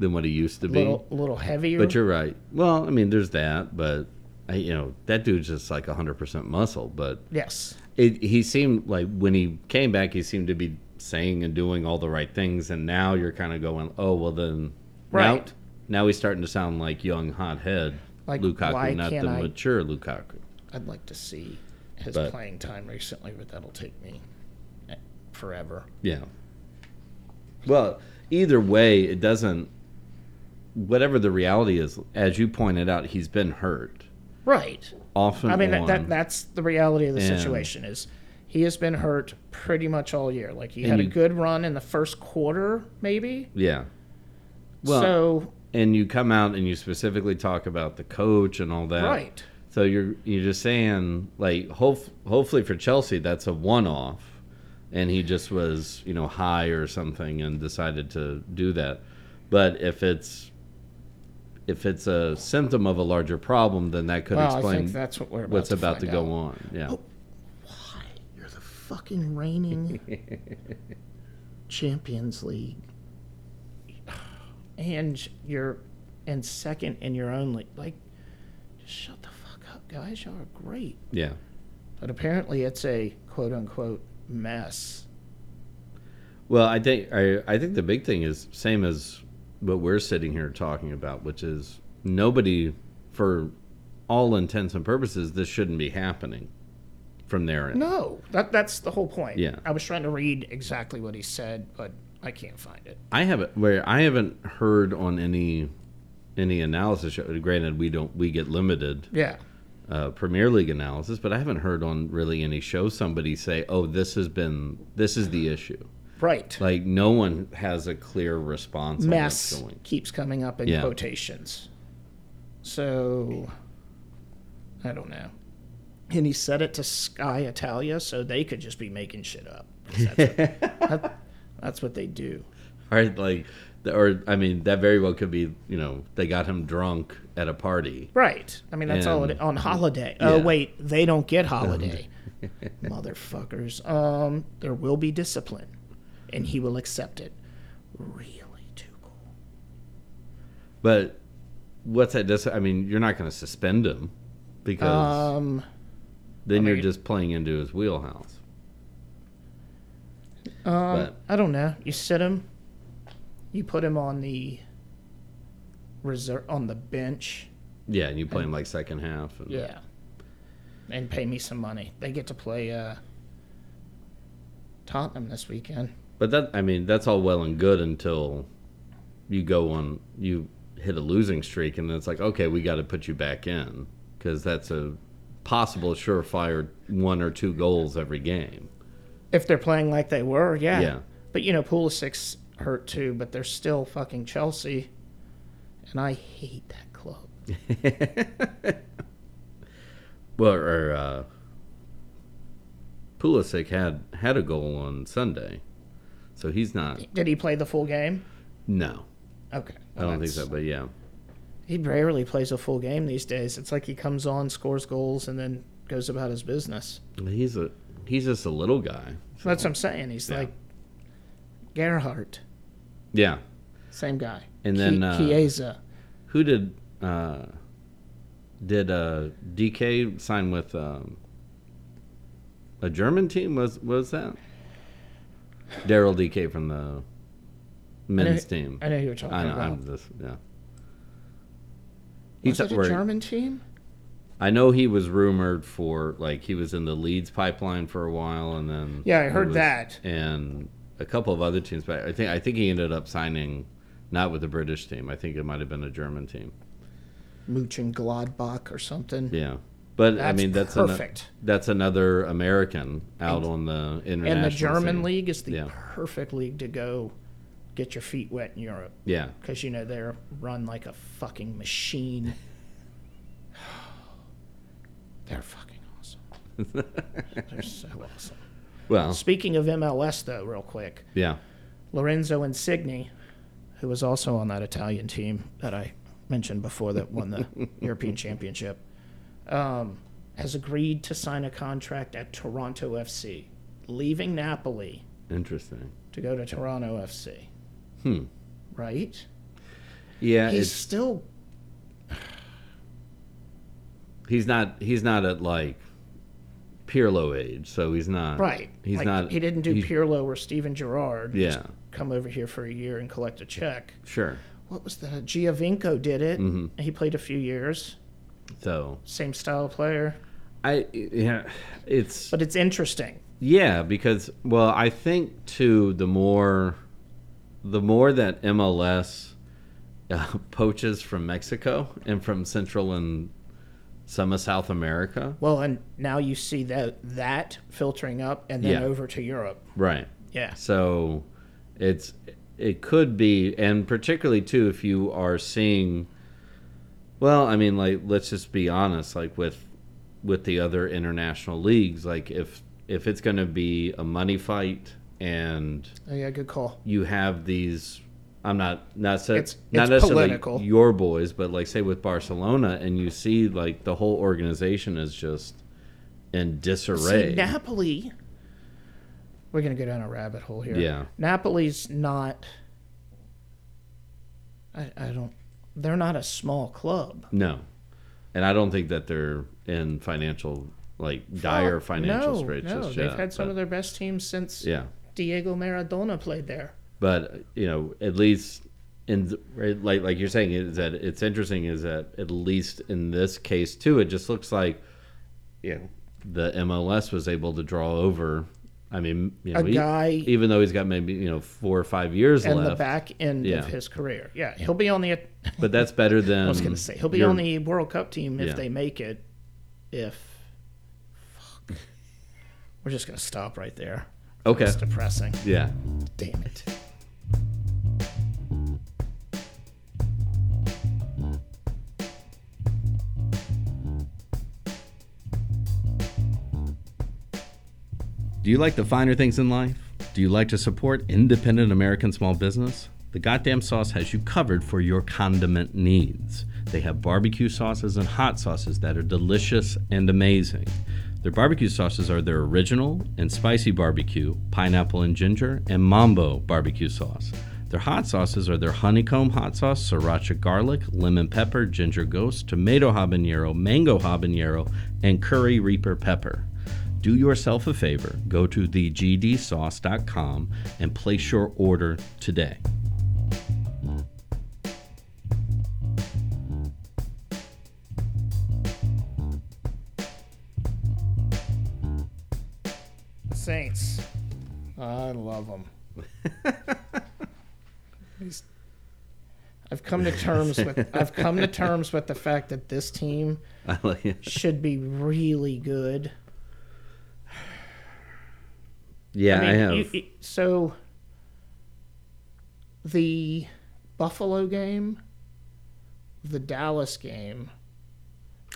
C: than what he used to
B: A
C: be
B: little, a little heavier.
C: But you're right. Well, I mean, there's that, but I, you know, that dude's just like 100% muscle. But
B: yes.
C: it, he seemed like when he came back, he seemed to be saying and doing all the right things. And now you're kind of going, oh, well, then.
B: Right.
C: Now, now he's starting to sound like young, hothead
B: Like, why
C: Lukaku, not
B: can't
C: the
B: I-
C: mature Lukaku.
B: I'd like to see his
C: But-
B: playing time recently, but that'll take me eh, forever.
C: Yeah. Well, either way, it doesn't. Whatever the reality is, as you pointed out, he's been hurt
B: Right.
C: often.
B: I mean, that, that, that's the reality of the
C: And-
B: situation is he has been hurt pretty much all year. Like, he had a
C: you-
B: good run in the first quarter, maybe.
C: yeah. Well,
B: so,
C: and you come out and you specifically talk about the coach and all that.
B: right.
C: So you're you're just saying like hope, hopefully for Chelsea that's a one off, and he just was you know high or something and decided to do that. But if it's if it's a symptom of a larger problem, then that could
B: Well, I
C: explain
B: think that's what we're about
C: what's
B: to
C: about to
B: find
C: go
B: out.
C: on. Yeah.
B: You're the fucking reigning
C: [laughs]
B: Champions League. And you're in second in your own league. Like, just shut the fuck up, guys. Y'all are great.
C: Yeah.
B: But apparently, it's a quote unquote mess.
C: Well, I think I, I think the big thing is same as what we're sitting here talking about, which is nobody, for all intents and purposes, this shouldn't be happening from there. end.
B: No, that that's the whole point.
C: Yeah.
B: I was trying to read exactly what he said, but I can't find it.
C: I haven't where I haven't heard on any any analysis. Granted, we don't we get limited
B: Yeah.
C: uh, Premier League analysis, but I haven't heard on really any show somebody say, "Oh, this has been this is the issue."
B: Right.
C: Like no one has a clear response. On
B: mess
C: what's going.
B: keeps coming up in
C: Yeah.
B: quotations. So I don't know. And he said it to Sky Italia, so they could just be making shit up. 'Cause
C: [laughs]
B: That's what, that- that's what they do.
C: Or like, or I mean, that very well could be. You know, they got him drunk at a party.
B: Right. I mean, that's all it
C: And-
B: on holiday. Oh
C: Yeah.
B: wait, they don't
C: [laughs]
B: get holiday. Motherfuckers. Um, there will be discipline, and he will accept it. Really, too cool.
C: But what's that? Dis- I mean, you're not going to suspend him because
B: Um,
C: then
B: I
C: you're
B: mean-
C: just playing into his wheelhouse. but
B: I don't know. You sit him. You put him on the reserve on the bench.
C: yeah, and you play him like second half. And,
B: Yeah. And pay me some money. They get to play uh, Tottenham this weekend.
C: But that I mean, that's all well and good until you go on you hit a losing streak, and then it's like, okay, we got to put you back in because that's a possible surefire one or two goals every game.
B: If they're playing like they were, yeah.
C: Yeah.
B: But you know, Pulisic's hurt too, but they're still fucking Chelsea, and I hate that club.
C: [laughs] Well, or uh, Pulisic had had a goal on Sunday, so he's not.
B: Did he play the full game?
C: No,
B: Okay.
C: I don't think
B: That's-
C: so. But yeah,
B: He rarely plays a full game these days. It's like he comes on, scores goals, and then goes about his business.
C: he's a he's just a little guy.
B: That's what I'm saying. He's
C: Yeah.
B: like Gerhardt,
C: Yeah.
B: same guy.
C: And then,
B: Ki-
C: uh,
B: Chiesa.
C: Who did uh, did uh, DK sign with um, a German team? Was was that Daryl DK from the men's team?
B: I know who you're talking
C: I know.
B: about.
C: I'm just yeah. He's
B: was it a
C: where-
B: German team?
C: I know he was rumored for like he was in the Leeds pipeline for a while, and then
B: Yeah, I
C: he
B: heard
C: was-
B: that.
C: and a couple of other teams. But I think I think he ended up signing not with the British team. I think it might have been a German team.
B: Mooch and Gladbach or something.
C: Yeah, but I
B: That's
C: mean that's ano-
B: perfect.
C: that's another American out on the international.
B: and the German
C: scene.
B: league is the
C: Yeah.
B: perfect league to go get your feet wet in Europe
C: Yeah,
B: because you know they're run like a fucking machine. they're fucking awesome. [laughs] they're so awesome.
C: well,
B: Speaking of MLS, though, real quick,
C: yeah,
B: Lorenzo Insigne, who was also on that Italian team that I mentioned before that won the European Championship, um, has agreed to sign a contract at Toronto FC, leaving Napoli
C: interesting.
B: to go to Toronto FC.
C: Hmm.
B: Right?
C: Yeah,
B: He's
C: it's
B: still
C: he's not he's not at like Pirlo age, so he's not
B: right.
C: He's
B: Like,
C: not.
B: He didn't do
C: he's-
B: Pirlo or Steven Gerrard. Just
C: Yeah,
B: Come over here for a year and collect a check.
C: sure.
B: What was that? Giovinco did it.
C: Mm-hmm.
B: He played a few years.
C: So
B: Same style player.
C: I yeah, it's
B: But it's interesting.
C: yeah because well I think too the more the more that MLS uh, [laughs] poaches from Mexico and from Central and some of South America,
B: Well, and now you see that that filtering up and then
C: Yeah.
B: over to Europe.
C: right?
B: Yeah.
C: So it's it could be, and particularly too if you are seeing. Well, I mean, like let's just be honest, like with with the other international leagues, like if if it's going to be a money fight and
B: Oh, yeah, good call.
C: you have these. I'm not not sa-
B: It's-
C: not
B: it's
C: necessarily
B: political.
C: your boys, but like say with Barcelona, and you see like the whole organization is just in disarray.
B: See, Napoli. We're going to go down a rabbit hole here.
C: Yeah.
B: Napoli's not. I, I don't. They're not a small club.
C: No. And I don't think that they're in financial, like dire
B: Fuck,
C: financial
B: Oh, no,
C: straits
B: No,
C: just
B: they've
C: yet,
B: had some
C: but-
B: of their best teams since
C: yeah.
B: Diego Maradona played there.
C: But, you know, at least in, th- right, like, like you're saying, is that it's interesting is that at least in this case, too, it just looks like, you know, the MLS was able to draw over. I mean, you know,
B: A
C: he-
B: guy-
C: even though he's got maybe, you know, four or five years
B: And the
C: left,
B: back end
C: Yeah.
B: of his career. Yeah, he'll be on the.
C: but that's better than.
B: I was going to say he'll be
C: your-
B: on the World Cup team if
C: Mm. Yeah.
B: they make it. If fuck, we're just going to stop right there.
C: Okay.
B: It's depressing.
C: Yeah.
B: Damn it.
A: Do you like the finer things in life? Do you like to support independent American small business? The Goddamn Sauce has you covered for your condiment needs. They have barbecue sauces and hot sauces that are delicious and amazing. Their barbecue sauces are their original and spicy barbecue, pineapple and ginger, and mambo barbecue sauce. Their hot sauces are their honeycomb hot sauce, sriracha garlic, lemon pepper, ginger ghost, tomato habanero, mango habanero, and curry reaper pepper. Do yourself a favor, go to thegdsauce.com and place your order today.
B: The Saints. I love them. I've come to terms with I've come to terms with the fact that this team
C: [laughs] I like it.
B: should be really good.
C: Yeah, I,
B: mean,
C: have.
B: you- you- so the Buffalo game, the Dallas game,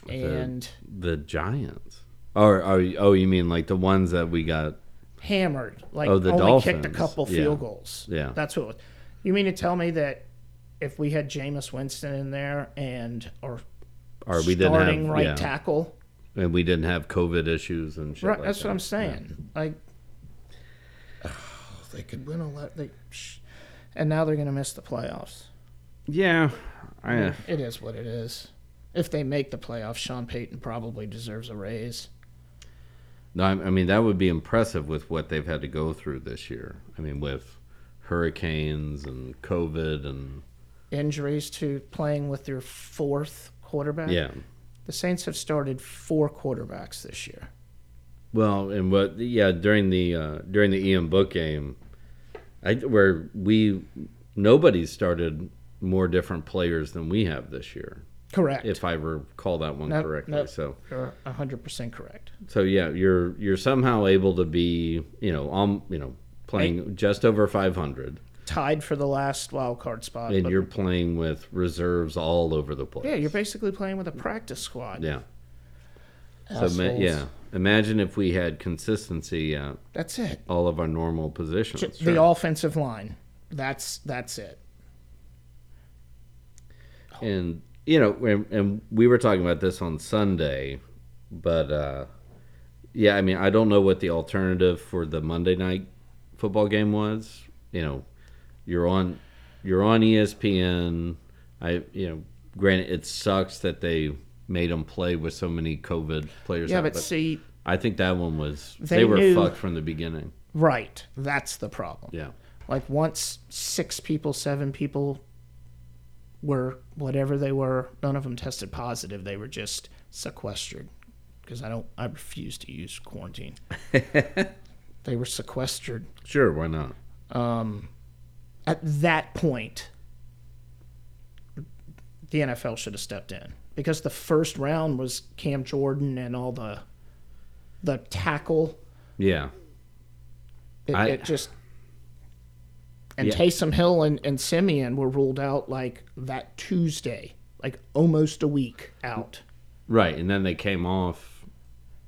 B: and
C: the Giants. Or, or oh, you mean like the ones that we got?
B: hammered. Like
C: Oh, the
B: only kicked a
C: Dolphins.
B: couple
C: Yeah.
B: field goals.
C: Yeah.
B: That's what it was. You mean to tell me that if we had Jameis Winston in there and our
C: Or we didn't
B: starting
C: have
B: right
C: yeah,
B: tackle,
C: and we didn't have COVID issues and shit.
B: right?
C: like
B: that's
C: that.
B: what I'm saying. Like [sighs] they could win a lot. They, sh- and now they're going to miss the playoffs.
C: Yeah, I,
B: It is what it is. If they make the playoffs, Sean Payton probably deserves a raise.
C: no, I I mean that would be impressive with what they've had to go through this year. I mean with hurricanes and COVID and
B: Injuries to playing with their fourth quarterback.
C: yeah.
B: The Saints have started four quarterbacks this year.
C: Well, and what? Yeah, during the uh, during the Ian Book game, I, where we nobody started more different players than we have this year,
B: Correct.
C: if I recall that one
B: Nope,
C: correctly.
B: nope.
C: So,
B: You're 100% correct.
C: so yeah, you're you're somehow able to be you know um you know playing just over 500,
B: Tied for the last wild card spot.
C: and
B: Uh, but-
C: you're playing with reserves all over the place.
B: yeah, you're basically playing with a practice squad.
C: yeah. So ma-
B: Assholes.
C: yeah, imagine if we had consistency at
B: That's it.
C: all of our normal positions.
B: J- The offensive line. That's that's it.
C: and you know and, and we were talking about this on sunday but uh yeah i mean i don't know what the alternative for the monday night football game was you know you're on you're on E espn i you know granted it sucks that they made them play with so many covid players
B: yeah,
C: out,
B: but, see,
C: i think that one was they,
B: They
C: were
B: knew-
C: fucked from the beginning
B: right. That's the problem.
C: yeah
B: Like once six people, seven people were whatever they were, none of them tested positive. They were just sequestered because I don't I refuse to use quarantine.
C: [laughs]
B: they were sequestered.
C: sure why not
B: at that point, the NFL should have stepped in because the first round was Cam Jordan and all the the tackle.
C: yeah
B: It,
C: I-
B: it just and
C: Yeah.
B: Taysom Hill and, and Simeon were ruled out like that Tuesday, like almost a week out.
C: right and then they came off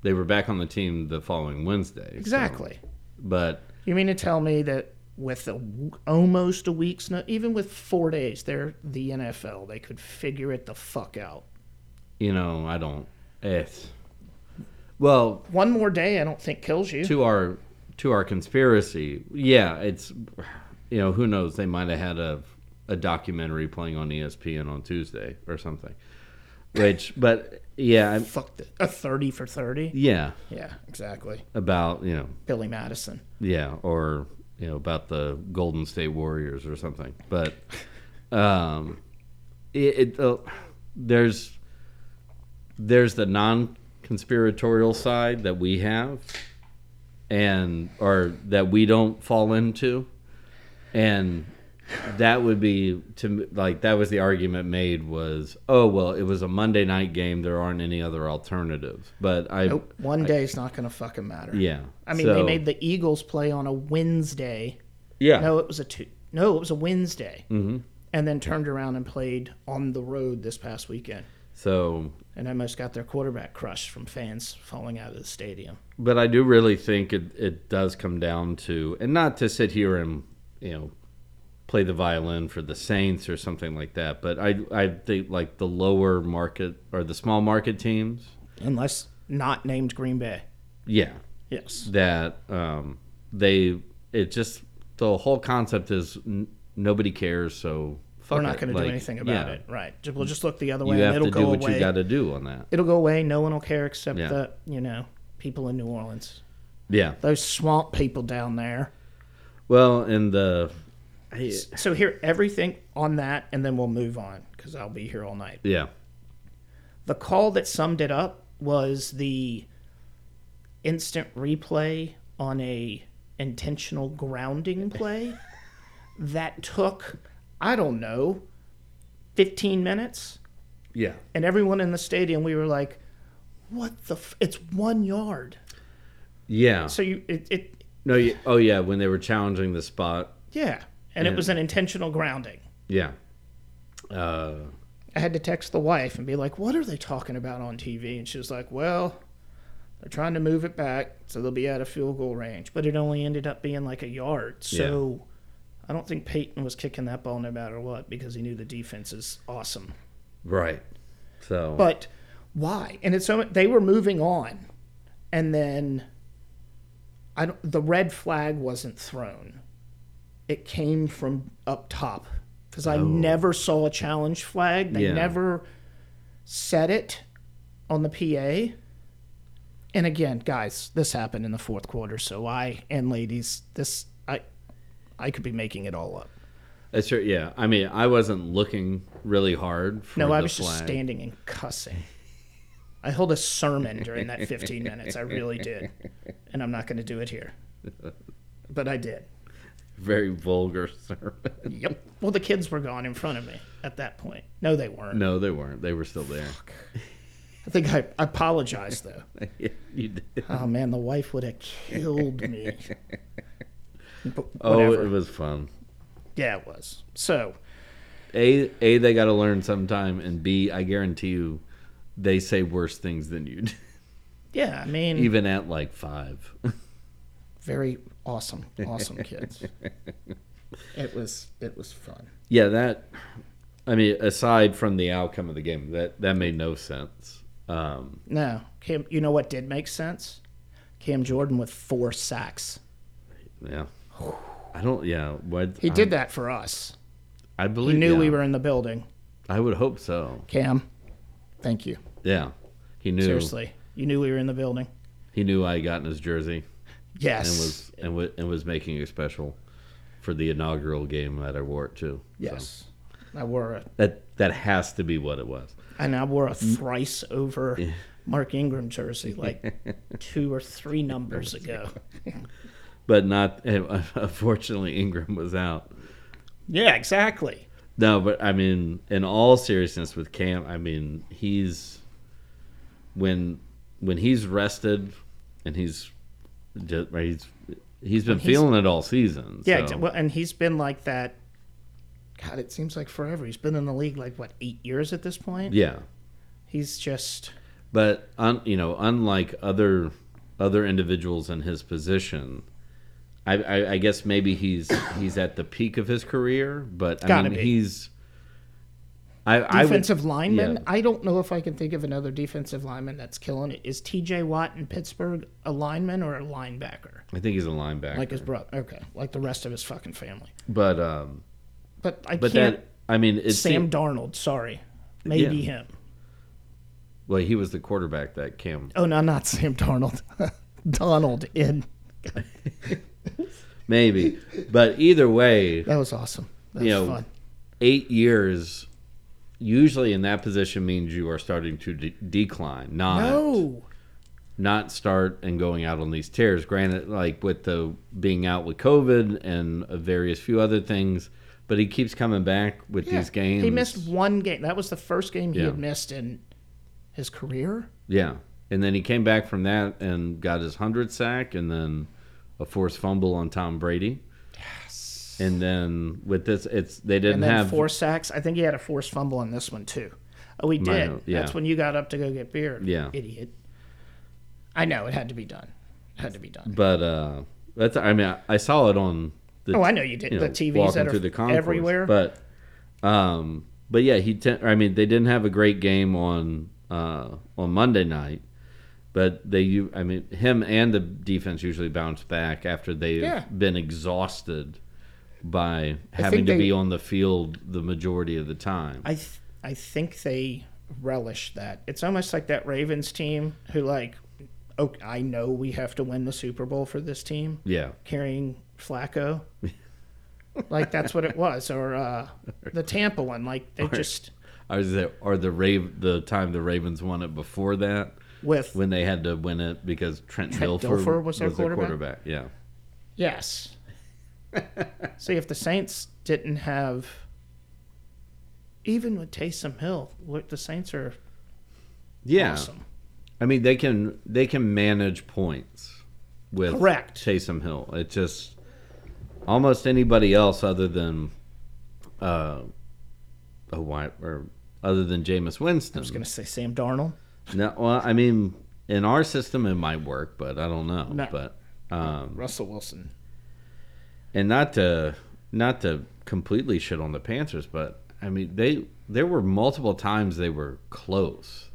C: they were back on the team the following wednesday so-
B: Exactly.
C: but
B: You mean to tell me that with a w almost a week's no, even with four days, they're the NFL. They could figure it the fuck out.
C: you know i don't eh. it's well
B: One more day, I don't think kills you.
C: to our to our conspiracy yeah it's you know who knows they might have had a a documentary playing on E espn on tuesday or something which but yeah I'm-
B: fuck the, a 30 for 30
C: yeah
B: yeah exactly
C: about you know
B: billy madison
C: Yeah, or you know about the Golden State Warriors or something. But um, it, it uh, there's there's the non-conspiratorial side that we have, and or that we don't fall into, and that would be to me- like that was the argument made was oh well it was a Monday night game there aren't any other alternatives but I
B: nope one day is not gonna fucking matter
C: yeah
B: i mean they
C: so-
B: made the eagles play on a wednesday
C: yeah
B: no it was a two no it was a wednesday mm-hmm. and then turned around and played on the road this past weekend
C: so
B: and almost got their quarterback crushed from fans falling out of the stadium
C: but I do really think it, it does come down to, and not to sit here and you know play the violin for the Saints or something like that, but I I think like the lower market or the small market teams,
B: unless not named green bay
C: yeah,
B: yes
C: that um, they it just the whole concept is n- nobody cares, so fuck
B: we're not
C: it.
B: going to
C: Like,
B: do anything about
C: yeah,
B: it right Ju- we'll just look the other way
C: You
B: and
C: have to
B: it'll go
C: do what
B: away
C: you got to do on that.
B: it'll go away no one will care except
C: Yeah.
B: the you know people in new orleans
C: Yeah.
B: those swamp people down there.
C: Well, and the I-
B: So here, everything on that, and then we'll move on because I'll be here all night.
C: yeah,
B: The call that summed it up was the instant replay on a intentional grounding play that took, I don't know, 15 minutes.
C: yeah.
B: And everyone in the stadium, we were like, what the? F-? It's one yard.
C: Yeah.
B: So you, it, it
C: No, yeah, oh yeah, when they were challenging the spot.
B: Yeah. And it was an intentional grounding.
C: Yeah. Uh,
B: I had to text the wife and be like, "What are they talking about on TV?" And she was like, "Well, they're trying to move it back, so they'll be out of field goal range." But it only ended up being like a yard, so I don't think Peyton was kicking that ball no matter what because he knew the defense is awesome.
C: right. So
B: But why? And it's so they were moving on, and then I don't, the red flag wasn't thrown. It came from up top because I never saw a challenge flag. They
C: Oh. Yeah.
B: never said it on the PA. And again, guys, this happened in the fourth quarter, so I and ladies, this I I could be making it all up.
C: that's right, yeah. I mean, I wasn't looking really hard for
B: No, I
C: the
B: was
C: flag.
B: just standing and cussing. I held a sermon during that
C: [laughs]
B: 15 minutes. I really did. And I'm not going to do it here. But I did.
C: very vulgar sermon.
B: Yep. Well, the kids were gone in front of me at that point. No, they
C: [laughs]
B: weren't.
C: No, they weren't. They were still there.
B: I think I, I apologized, though.
C: [laughs] Yeah, you did.
B: Oh, man, the wife would have killed me. But
C: Oh,
B: whatever.
C: it was fun.
B: yeah, it was. So,
C: A A they got to learn sometime, and B I guarantee you, they say worse things than you, do, [laughs]
B: yeah, I mean,
C: even at like five. [laughs]
B: very awesome, awesome
C: [laughs]
B: kids. it was it was fun.
C: yeah, that. I mean, aside from the outcome of the game, that that made no sense. Um,
B: No, Cam. You know what did make sense? Cam Jordan with four sacks.
C: yeah, I don't. Yeah, what
B: He did that for us.
C: I believe
B: He knew
C: Uh-huh. yeah.
B: we were in the building.
C: I would hope so.
B: Cam, thank you.
C: Yeah, he knew.
B: Seriously, you knew we were in the building.
C: he knew I got in his jersey
B: Yes.
C: and was and was and was making it special for the inaugural game that I wore it to. So
B: yes. I wore a
C: that that has to be what it was.
B: and I wore a
C: Mm.
B: thrice
C: [laughs]
B: over Mark Ingram jersey like two or three numbers ago.
C: but not [laughs] unfortunately Ingram was out.
B: Yeah, exactly.
C: No, but I mean, in all seriousness, with Cam, I mean he's when when he's rested and he's just he's he's been feeling it all season.
B: Yeah,
C: so-
B: exa- well, and he's been like that. God, it seems like forever. He's been in the league like what eight years at this point.
C: yeah.
B: He's just
C: But un, you know, unlike other other individuals in his position, I, I, I guess maybe he's he's at the peak of his career. But I
B: Gotta
C: mean,
B: be.
C: he's I, I would-
B: defensive lineman.
C: yeah.
B: I don't know if I can think of another defensive lineman that's killing it. Is T.J. Watt in Pittsburgh a lineman or a linebacker?
C: I think he's a linebacker.
B: Like his brother. Okay, like the rest of his fucking family.
C: But um,
B: But I
C: but
B: can't.
C: that I mean, it's
B: Sam Darnold. Sorry, maybe him.
C: well, he was the quarterback that Cam.
B: Oh no, not Sam Darnold. [laughs] Donald in.
C: Maybe, but either way,
B: That was awesome. That was
C: You know,
B: fun.
C: eight years usually in that position means you are starting to de- decline, not
B: No.
C: not start and going out on these tears. Granted, like with the being out with COVID and uh, various few other things, but he keeps coming back with
B: Yeah.
C: these games.
B: He missed one game. That was the first game he
C: Yeah.
B: had missed in his career.
C: Yeah. And then he came back from that and got his 100 sack and then a forced fumble on Tom Brady. Yes. And then with this, it's they didn't
B: And then
C: have.
B: four sacks. I think he had a forced fumble on this one too. Oh, he
C: Might
B: did.
C: have, yeah.
B: That's when you got up to go get beer.
C: Yeah.
B: Idiot. I know it had to be done. It had to be done.
C: But uh, that's, I mean, I, I saw it on the.
B: Oh, I know you did.
C: you know,
B: the TVs
C: walking
B: that are
C: through the concourse.
B: everywhere.
C: But, um, but yeah, he. Ten- I mean, they didn't have a great game on uh, on Monday night, but they. u- I mean, him and the defense usually bounce back after they've
B: Yeah.
C: been exhausted by having
B: think
C: to
B: they-
C: be on the field the majority of the time.
B: I th- I think they relish that. It's almost like that Ravens team who like, oh, I know we have to win the Super Bowl for this team,
C: yeah,
B: carrying
C: [laughs]
B: Flacco. like that's what it was, or uh, the Tampa one. Like they just
C: I was there. Or the Rave the time the Ravens won it before that.
B: with
C: When they had to win it because Trent,
B: Trent
C: Dilfer,
B: Dilfer was their quarterback?
C: quarterback. Yeah, [laughs]
B: yes. See if the Saints didn't have, even with Taysom Hill, what the Saints are
C: yeah.
B: awesome.
C: I mean, they can they can manage points. with
B: Correct.
C: Taysom Hill. It just almost anybody else other than uh, a white or other than Jameis Winston.
B: I was going to say Sam Darnold.
C: No, well, I mean, in our system, it might work, but I don't know.
B: No.
C: But um,
B: Russell Wilson.
C: and not to not to completely shit on the Panthers, but I mean, they there were multiple times they were close,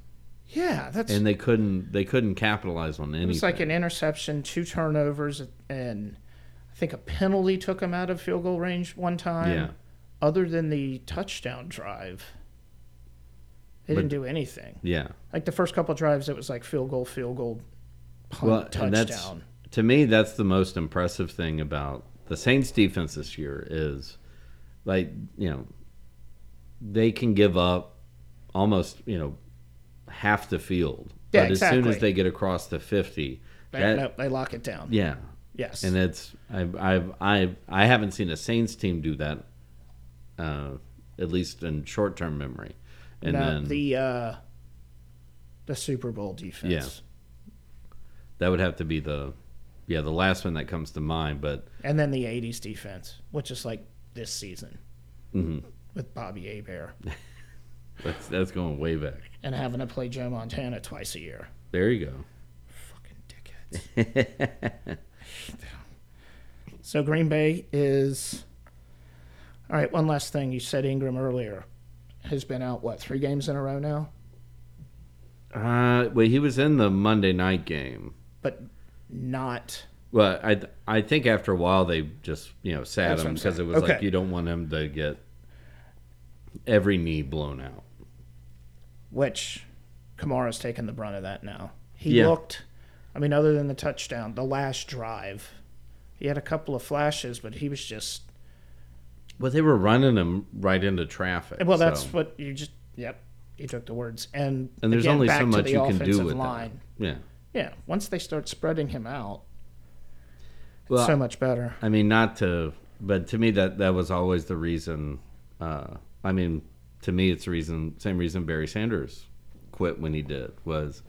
B: Yeah, that's
C: and they couldn't they couldn't capitalize on anything.
B: it was like an interception, two turnovers, and I think a penalty took him out of field goal range one time.
C: Yeah.
B: Other than the touchdown drive, they didn't do anything.
C: yeah.
B: Like the first couple drives, it was like field goal, field goal, punt,
C: Well, and that's
B: touchdown.
C: to me that's the most impressive thing about the Saints defense this year is like, you know, they can give up almost, you know, half the field.
B: Yeah,
C: but as soon
B: exactly.
C: as they get across the 50,
B: They,
C: that-
B: no, they lock it down.
C: yeah.
B: Yes.
C: And it's I've I've I've I haven't seen a Saints team do that uh at least in short-term memory. And
B: now,
C: then
B: the uh, the Super Bowl defense.
C: that would have to be the yeah, the last one that comes to mind, but
B: And then the 80s defense, which is like this season
C: mhm,
B: with Bobby Abear
C: that's that's going way back.
B: and having to play Joe Montana twice a year.
C: There you go.
B: Fucking dickheads.
C: [laughs]
B: so Green Bay is. All right, one last thing. You said Ingram earlier has been out, what, three games in a row now?
C: Uh, well, he was in the Monday night game.
B: But not.
C: Well, I I think after a while they just you know sat
B: That's what
C: him
B: I'm
C: because it
B: saying.
C: was like
B: Okay.
C: you don't want him to get every knee blown out.
B: which Kamara's taken the brunt of that now. He
C: Yeah.
B: looked, I mean, other than the touchdown, the last drive, he had a couple of flashes, but he was just.
C: Well, they were running him right into traffic.
B: Well, that's
C: so-
B: what you just. Yep, you took the words, and
C: and there's
B: again,
C: only
B: back
C: so
B: to
C: much
B: the
C: you can do
B: offensive
C: with
B: line.
C: that. Yeah.
B: Yeah, once they start spreading him out,
C: Well,
B: so much better.
C: I mean, not to, but to me that that was always the reason. Uh, I mean, to me, it's the reason, same reason Barry Sanders quit when he did was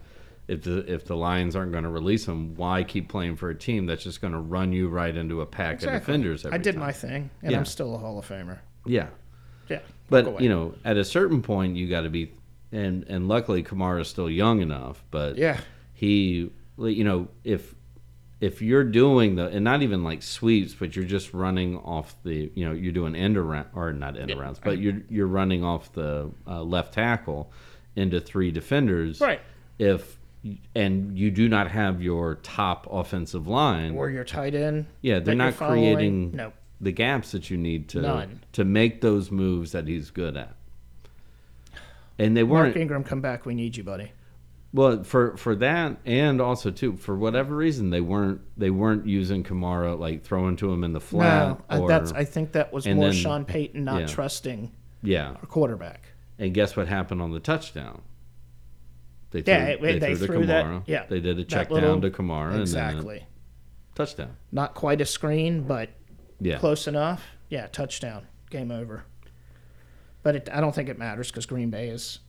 C: if the if the Lions aren't going to release him, why keep playing for a team that's just going to run you right into a pack of defenders? Every
B: I did
C: time?
B: my thing, and
C: Yeah.
B: I'm still a Hall of Famer.
C: yeah,
B: Yeah,
C: but
B: walk away.
C: you know, at a certain point, you got to be, and and luckily Kamara is still young enough, but
B: yeah,
C: he like, you know if if you're doing the and not even like sweeps but you're just running off the you know you're doing end around or not end arounds but you're you're running off the uh, left tackle into three defenders
B: Right.
C: if and you do not have your top offensive line
B: or your tight end.
C: yeah
B: that
C: they're
B: you're
C: not
B: following.
C: creating
B: No,
C: the gaps that you need to
B: None.
C: to make those moves that he's good at and they
B: Mark
C: weren't
B: Ingram, come back. We need you, buddy.
C: well, for for that, and also too, for whatever reason, they weren't they weren't using Kamara like throwing to him in the flat.
B: no, I-
C: or,
B: that's. I think that was
C: and
B: more
C: then-
B: Sean Payton not
C: yeah.
B: trusting
C: yeah.
B: our quarterback.
C: And guess what happened on the touchdown? They
B: Yeah, it- they
C: to
B: threw that-
C: Kamara.
B: yeah,
C: they did a
B: that
C: check
B: little-
C: down to Kamara and then
B: exactly.
C: a touchdown.
B: Not quite a screen, but
C: Yeah,
B: close enough. Yeah, touchdown. Game over. But it, I don't think it matters because Green Bay is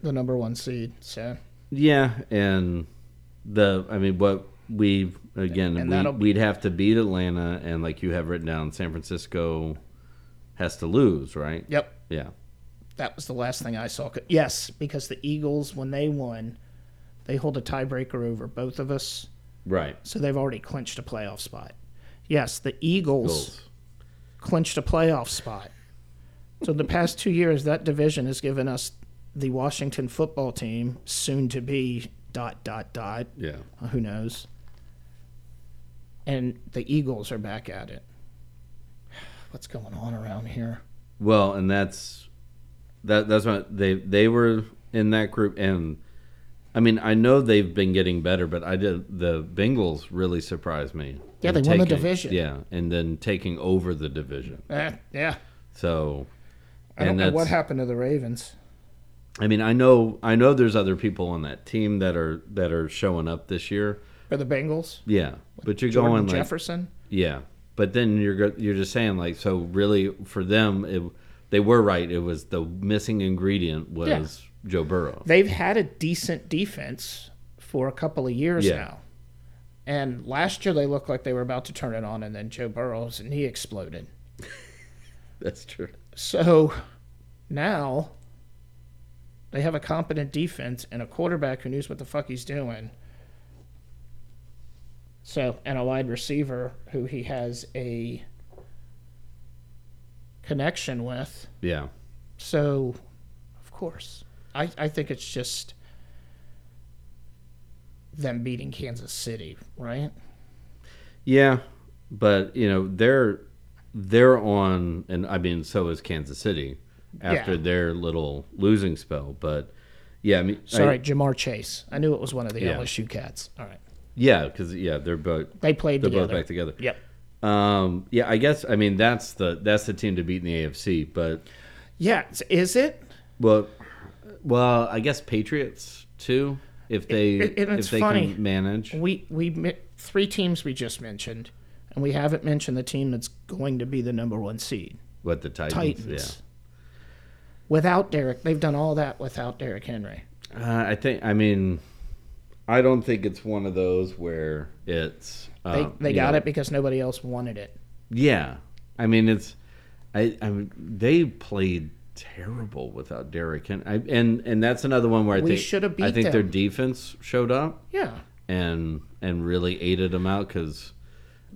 B: the number one seed. So
C: yeah, and the I mean, what we again
B: And
C: we,
B: that'll be-
C: we'd have to beat Atlanta, and like you have written down, San Francisco has to lose, right?
B: yep,
C: Yeah,
B: that was the last thing I saw. Yes, because the Eagles when they won, they hold a tiebreaker over both of us,
C: right.
B: so they've already clinched a playoff spot. Yes, the Eagles.
C: Goals.
B: clinched a playoff spot. So the past two years, that division has given us the Washington football team, soon to be dot dot dot.
C: Yeah.
B: Who knows? And the Eagles are back at it. [sighs] What's going on around here?
C: Well, and that's that that's what they they were in that group and I mean, I know they've been getting better, but I did the Bengals really surprised me.
B: Yeah,
C: in
B: they won the
C: taking-
B: division.
C: Yeah, and then taking over the division.
B: Eh, yeah,
C: So
B: I don't know
C: that's-
B: what happened to the Ravens.
C: I mean, I know I know there's other people on that team that are that are showing up this year.
B: Or the Bengals?
C: Yeah. But you're
B: Jordan
C: going like
B: Jefferson?
C: Yeah, but then you're go- you're just saying like so really for them it, they were right. It was the missing ingredient was Joe Burrow.
B: They've had a decent defense for a couple of years
C: Yeah.
B: now. And last year they looked like they were about to turn it on, and then Joe Burrow's and he exploded.
C: That's true.
B: So now they have a competent defense and a quarterback who knows what the fuck he's doing. So, and a wide receiver who he has a connection with.
C: Yeah.
B: So, of course, I, I think it's just them beating Kansas City, right?
C: Yeah, but you know they're they're on, and I mean so is Kansas City after
B: Yeah.
C: their little losing spell. But yeah, I mean I-
B: Sorry, Jamar Chase. I knew it was one of the
C: Yeah.
B: LSU cats. All right.
C: yeah, because yeah, they're both
B: They played
C: they're
B: together.
C: both back together.
B: Yep.
C: Um, yeah, I guess I mean that's the that's the team to beat in the AFC. But
B: Yeah, s- is it?
C: well, well, I guess Patriots too if they
B: it- and it's
C: if they
B: funny.
C: can manage.
B: We we mi- three teams we just mentioned, and we haven't mentioned the team that's going to be the number one seed,
C: What the Titans?
B: Titans. Without Derek, they've done all that without Derrick Henry.
C: Yeah, uh, I think. I mean, I don't think it's one of those where it's
B: They
C: um,
B: they
C: you
B: got
C: know,
B: it because nobody else wanted it.
C: Yeah, I mean it's, I, I mean, they played terrible without Derrick Henry, I, and and that's another one where I
B: We
C: think
B: shoulda beat
C: I think their
B: them.
C: defense showed up
B: Yeah,
C: and and really aided them out because,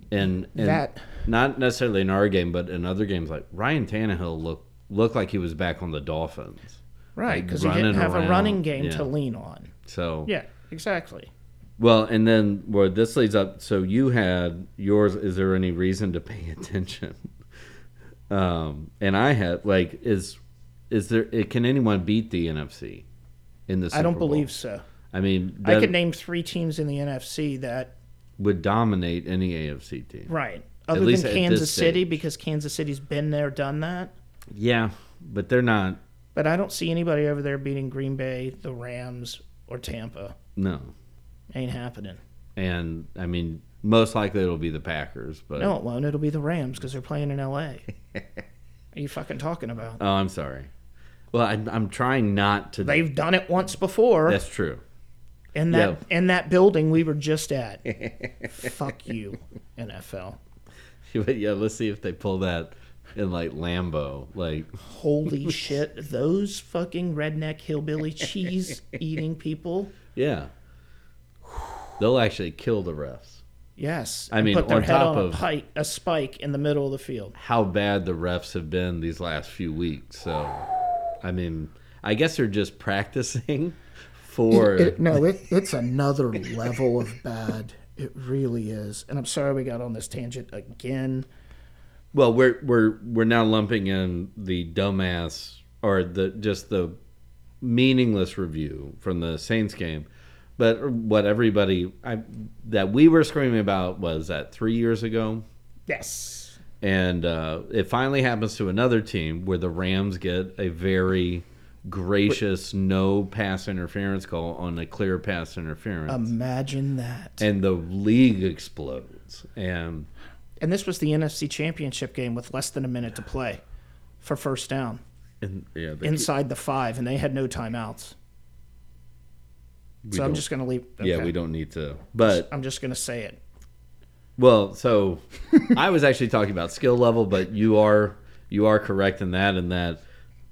C: and, and
B: That-
C: not necessarily in our game, but in other games like Ryan Tannehill looked looked like he was back on the Dolphins.
B: right, because he
C: running
B: didn't have
C: around,
B: a running game
C: yeah.
B: to lean on.
C: So
B: Yeah, exactly.
C: Well, and then where this leads up, so you had yours. Is there any reason to pay [laughs] attention? Um, and I had like, is is there? It, can anyone beat the NFC in the? Super
B: I don't
C: Bowl?
B: believe so.
C: I mean,
B: I
C: that
B: could name three teams in the NFC that
C: would dominate any AFC team.
B: right, other
C: least
B: than
C: at this
B: Kansas City,
C: stage.
B: because Kansas City's been there, done that.
C: Yeah, but they're not.
B: But I don't see anybody over there beating Green Bay, the Rams, or Tampa.
C: No,
B: Ain't happening.
C: and I mean, most likely it'll be the Packers. But
B: No, it won't. It'll be the Rams because they're playing
C: [laughs]
B: in L.A. are you fucking talking about?
C: oh, I'm sorry. Well, I'm, I'm trying not to.
B: They've done it once before
C: That's true. [laughs]
B: in that in that building we were
C: [laughs]
B: just at. Fuck you, NFL.
C: But yeah, let's see if they pull that in like Lambo, like. [laughs]
B: Holy shit! Those fucking redneck hillbilly cheese eating people.
C: Yeah. They'll actually kill the refs.
B: Yes,
C: I
B: and
C: mean,
B: put their
C: on
B: head
C: top
B: on
C: of-
B: a, pike, a spike in the middle of the field.
C: How bad the refs have been these last few weeks. So, I mean, I guess they're just practicing [laughs] for.
B: It- no, it, it's another level of bad. It really is. And I'm sorry we got on this tangent again.
C: well, we're we're we're now lumping in the dumbass or the just the meaningless review from the Saints game. But what everybody I, that we were screaming about was that three years ago.
B: Yes.
C: and uh, it finally happens to another team where the Rams get a very gracious no pass interference call on a clear pass interference,
B: Um, Imagine that.
C: and the league explodes. And
B: And this was the NFC Championship game with less than a minute to play for first down
C: and yeah, they,
B: inside the five, and they had no timeouts. So I'm
C: don't-
B: just going to leave.
C: yeah,
B: okay.
C: we don't need to. But
B: I'm just going to say it.
C: well,
B: [laughs]
C: so I was actually talking about skill level, but you are you are correct in that. In that,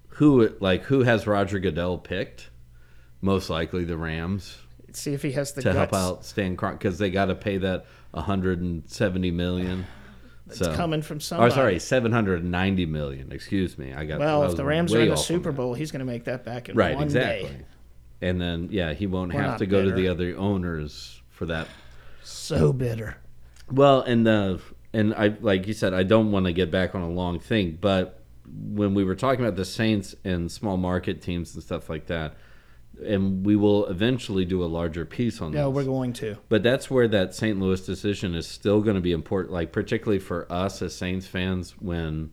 C: who like who has Roger Goodell picked? Most likely the Rams.
B: See if he has the
C: to
B: guts.
C: help out Stan Kroenke because they got to pay that 170 million. so
B: Coming from
C: Oh,
B: somebody.
C: sorry, 790 million. Excuse me, I got.
B: Well,
C: I
B: if
C: was
B: the Rams
C: way
B: are in the
C: off on
B: Super
C: that.
B: Bowl, he's going to make that back in
C: right?
B: one
C: exactly.
B: day.
C: And then yeah, he won't
B: We're
C: have
B: not
C: to go to
B: bitter.
C: the other owners for that.
B: So bitter.
C: Well, and the and I like you said, I don't want to get back on a long thing, but when we were talking about the Saints and small market teams and stuff like that, and we will eventually do a larger piece on
B: No,
C: this.
B: we're going to.
C: But that's where that St. Louis decision is still going to be important, like particularly for us as Saints fans when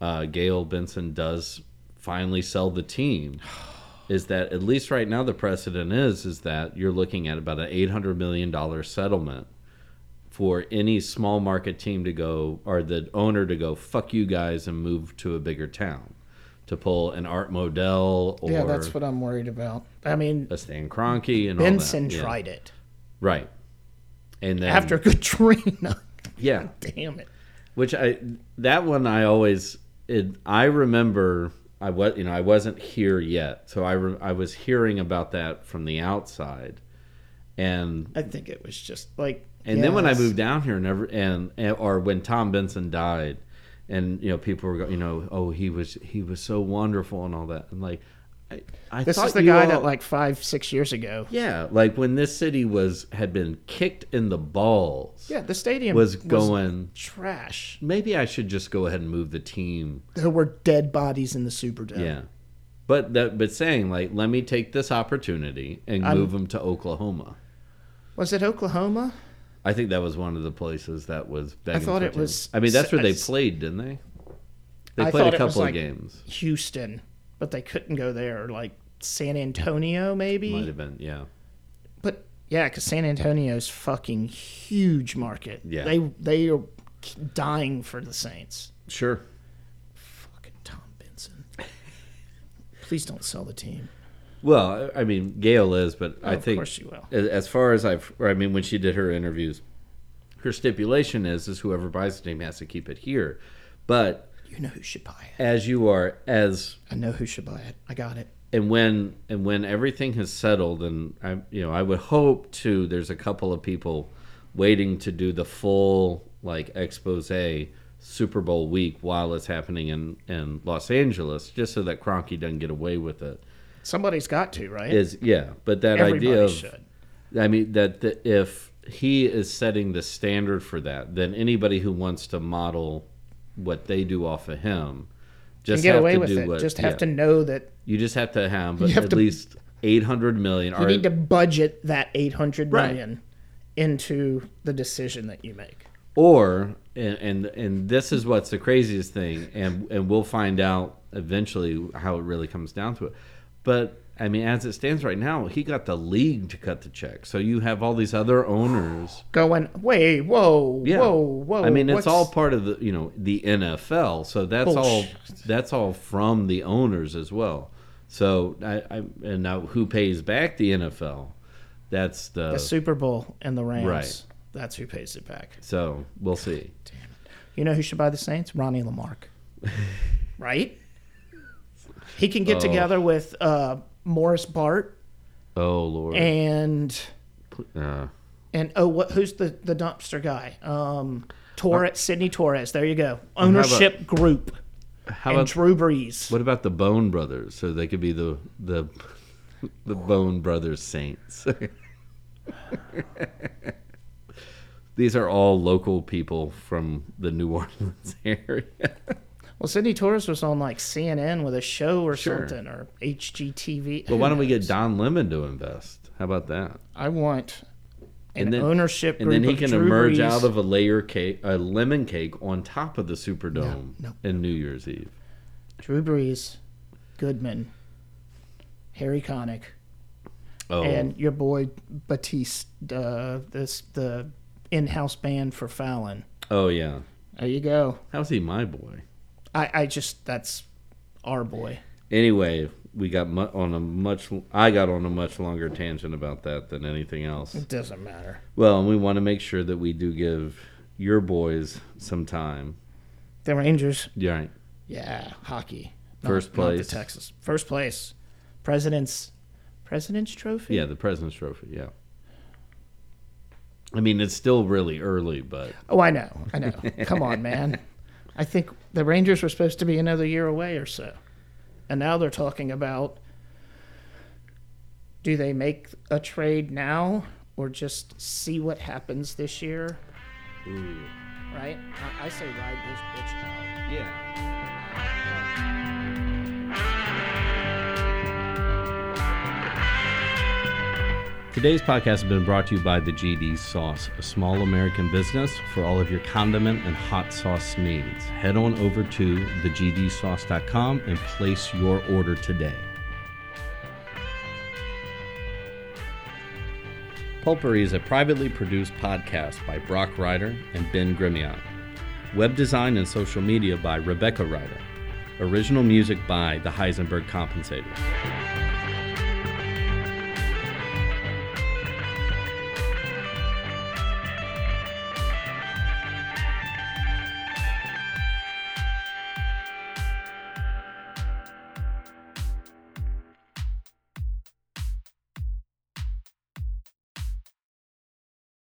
C: uh, Gail Benson does finally sell the
B: [sighs]
C: team. Is that at least right now the precedent is is that you're looking at about an eight hundred million dollar settlement for any small market team to go or the owner to go fuck you guys and move to a bigger town to pull an Art Modell or
B: Yeah, that's what I'm worried about. I mean,
C: a Stan Kroenke and all that.
B: Benson
C: Yeah.
B: tried it.
C: Right. And then,
B: after [laughs] Katrina.
C: yeah,
B: Damn it.
C: which I that one I always it, I remember I was you know I wasn't here yet, so I re, I was hearing about that from the outside, and
B: I think it was just like.
C: and then when I
B: yes.
C: moved down here, and ever and, and or when Tom Benson died, and you know people were go- you know oh he was he was so wonderful and all that, and like I, I
B: this
C: thought
B: is the
C: you
B: guy
C: all-
B: that like five six years ago.
C: yeah like when this city was had been kicked in the balls
B: Yeah, the stadium
C: was going
B: trash.
C: maybe I should just go ahead and move the team
B: There were dead bodies in the Superdome.
C: yeah. But that, but saying like, let me take this opportunity and move 'em
B: I'm-
C: move them to Oklahoma.
B: Was it Oklahoma?
C: I think that was one of the places that was.
B: I thought
C: begging
B: it
C: for
B: was-
C: talent. I mean, that's where
B: I
C: they
B: s-
C: played, didn't they? They
B: I
C: played
B: thought
C: a
B: it was
C: couple of
B: like-
C: games.
B: Houston, but they couldn't go there. Like San Antonio,
C: Might
B: maybe.
C: have been, yeah.
B: But yeah, because San Antonio's fucking huge market.
C: Yeah.
B: they they are dying for the Saints.
C: Sure.
B: Fucking Tom Benson. [laughs] Please don't sell the team.
C: Well, I I mean, Gail is, but I
B: Oh, of
C: think
B: course you will.
C: a- as far as I've, or I mean, when she did her interviews, her stipulation is is whoever buys the team has to keep it here. But
B: You know who should buy it.
C: as you are as
B: I know who should buy it. I got it.
C: and when and when everything has settled and I you know I would hope too there's a couple of people waiting to do the full like expose Super Bowl week while it's happening in in Los Angeles just so that Cronky doesn't get away with it
B: Somebody's got to, right?
C: is yeah but that
B: Everybody
C: idea of
B: should.
C: I mean that the, if he is setting the standard for that then anybody who wants to model what they do off of him
B: And
C: just
B: get
C: have
B: away
C: to
B: with
C: do
B: it.
C: what
B: Just have
C: yeah.
B: to know that
C: You just have to have, but
B: have
C: at
B: to-
C: least eight hundred million.
B: you
C: Or,
B: need to budget that eight hundred
C: Right.
B: million into the decision that you make.
C: or and, and and this is what's the craziest thing, and and we'll find out eventually how it really comes down to it. But I mean, as it stands right now, he got the league to cut the check, so you have all these other owners.
B: Going, wait, whoa,
C: Yeah.
B: whoa, whoa.
C: I mean, it's
B: what's-
C: all part of the you know the NFL, so that's all
B: Bullshit.
C: that's all from the owners as well. So I, I and now who pays back the NFL? That's the
B: the Super Bowl and the Rams.
C: Right.
B: That's who pays it back.
C: so we'll see.
B: You know who should buy the Saints? Ronnie
C: [laughs]
B: Lamarck. right? He can get
C: Oh.
B: together with uh, Morris Bart
C: Oh lord.
B: and
C: Uh,
B: and oh what who's the, the dumpster guy? Um Torres
C: Uh,
B: Sydney Torres. There you go. Ownership group.
C: how
B: and
C: about
B: Drew Brees.
C: what about the Bone Brothers? So they could be the the the Bone Brothers Saints. [laughs] These are all local people from the New Orleans [laughs] area.
B: Well, Sydney Torres was on like CNN with a show or
C: Sure.
B: something or HGTV.
C: But why don't we get Don Lemon to invest? How about that?
B: I want an
C: And then-
B: ownership
C: And
B: group
C: then he
B: of
C: can
B: Drew
C: emerge
B: Brees.
C: out of a layer cake, a lemon cake on top of the Superdome
B: no.
C: in New Year's Eve.
B: Drew Brees, Goodman, Harry Connick,
C: Oh,
B: and your boy Batiste, uh, this the in-house band for Fallon.
C: oh yeah.
B: There you go.
C: How's he my boy?
B: I, I just that's our boy.
C: anyway, we got mu- on a much. I got on a much longer tangent about that than anything else.
B: It doesn't matter.
C: Well, and we want to make sure that we do give your boys some time.
B: The Rangers,
C: Yeah, right.
B: yeah, hockey.
C: First place.
B: the Texas. First place. President's President's Trophy.
C: Yeah, the President's Trophy. Yeah. I mean, it's still really early, but
B: Oh, I know. I know. Come on, man. I think the Rangers were supposed to be another year away or so. And now they're talking about do they make a trade now or just see what happens this year? Right? I, I say ride this bitch out.
C: yeah. Today's podcast has been brought to you by the GD Sauce, a small American business for all of your condiment and hot sauce needs. Head on over to thegdsauce.com and place your order today. Pulpery is a privately produced podcast by Brock Ryder and Ben Grimion. Web design and social media by Rebecca Ryder. Original music by The Heisenberg Compensator.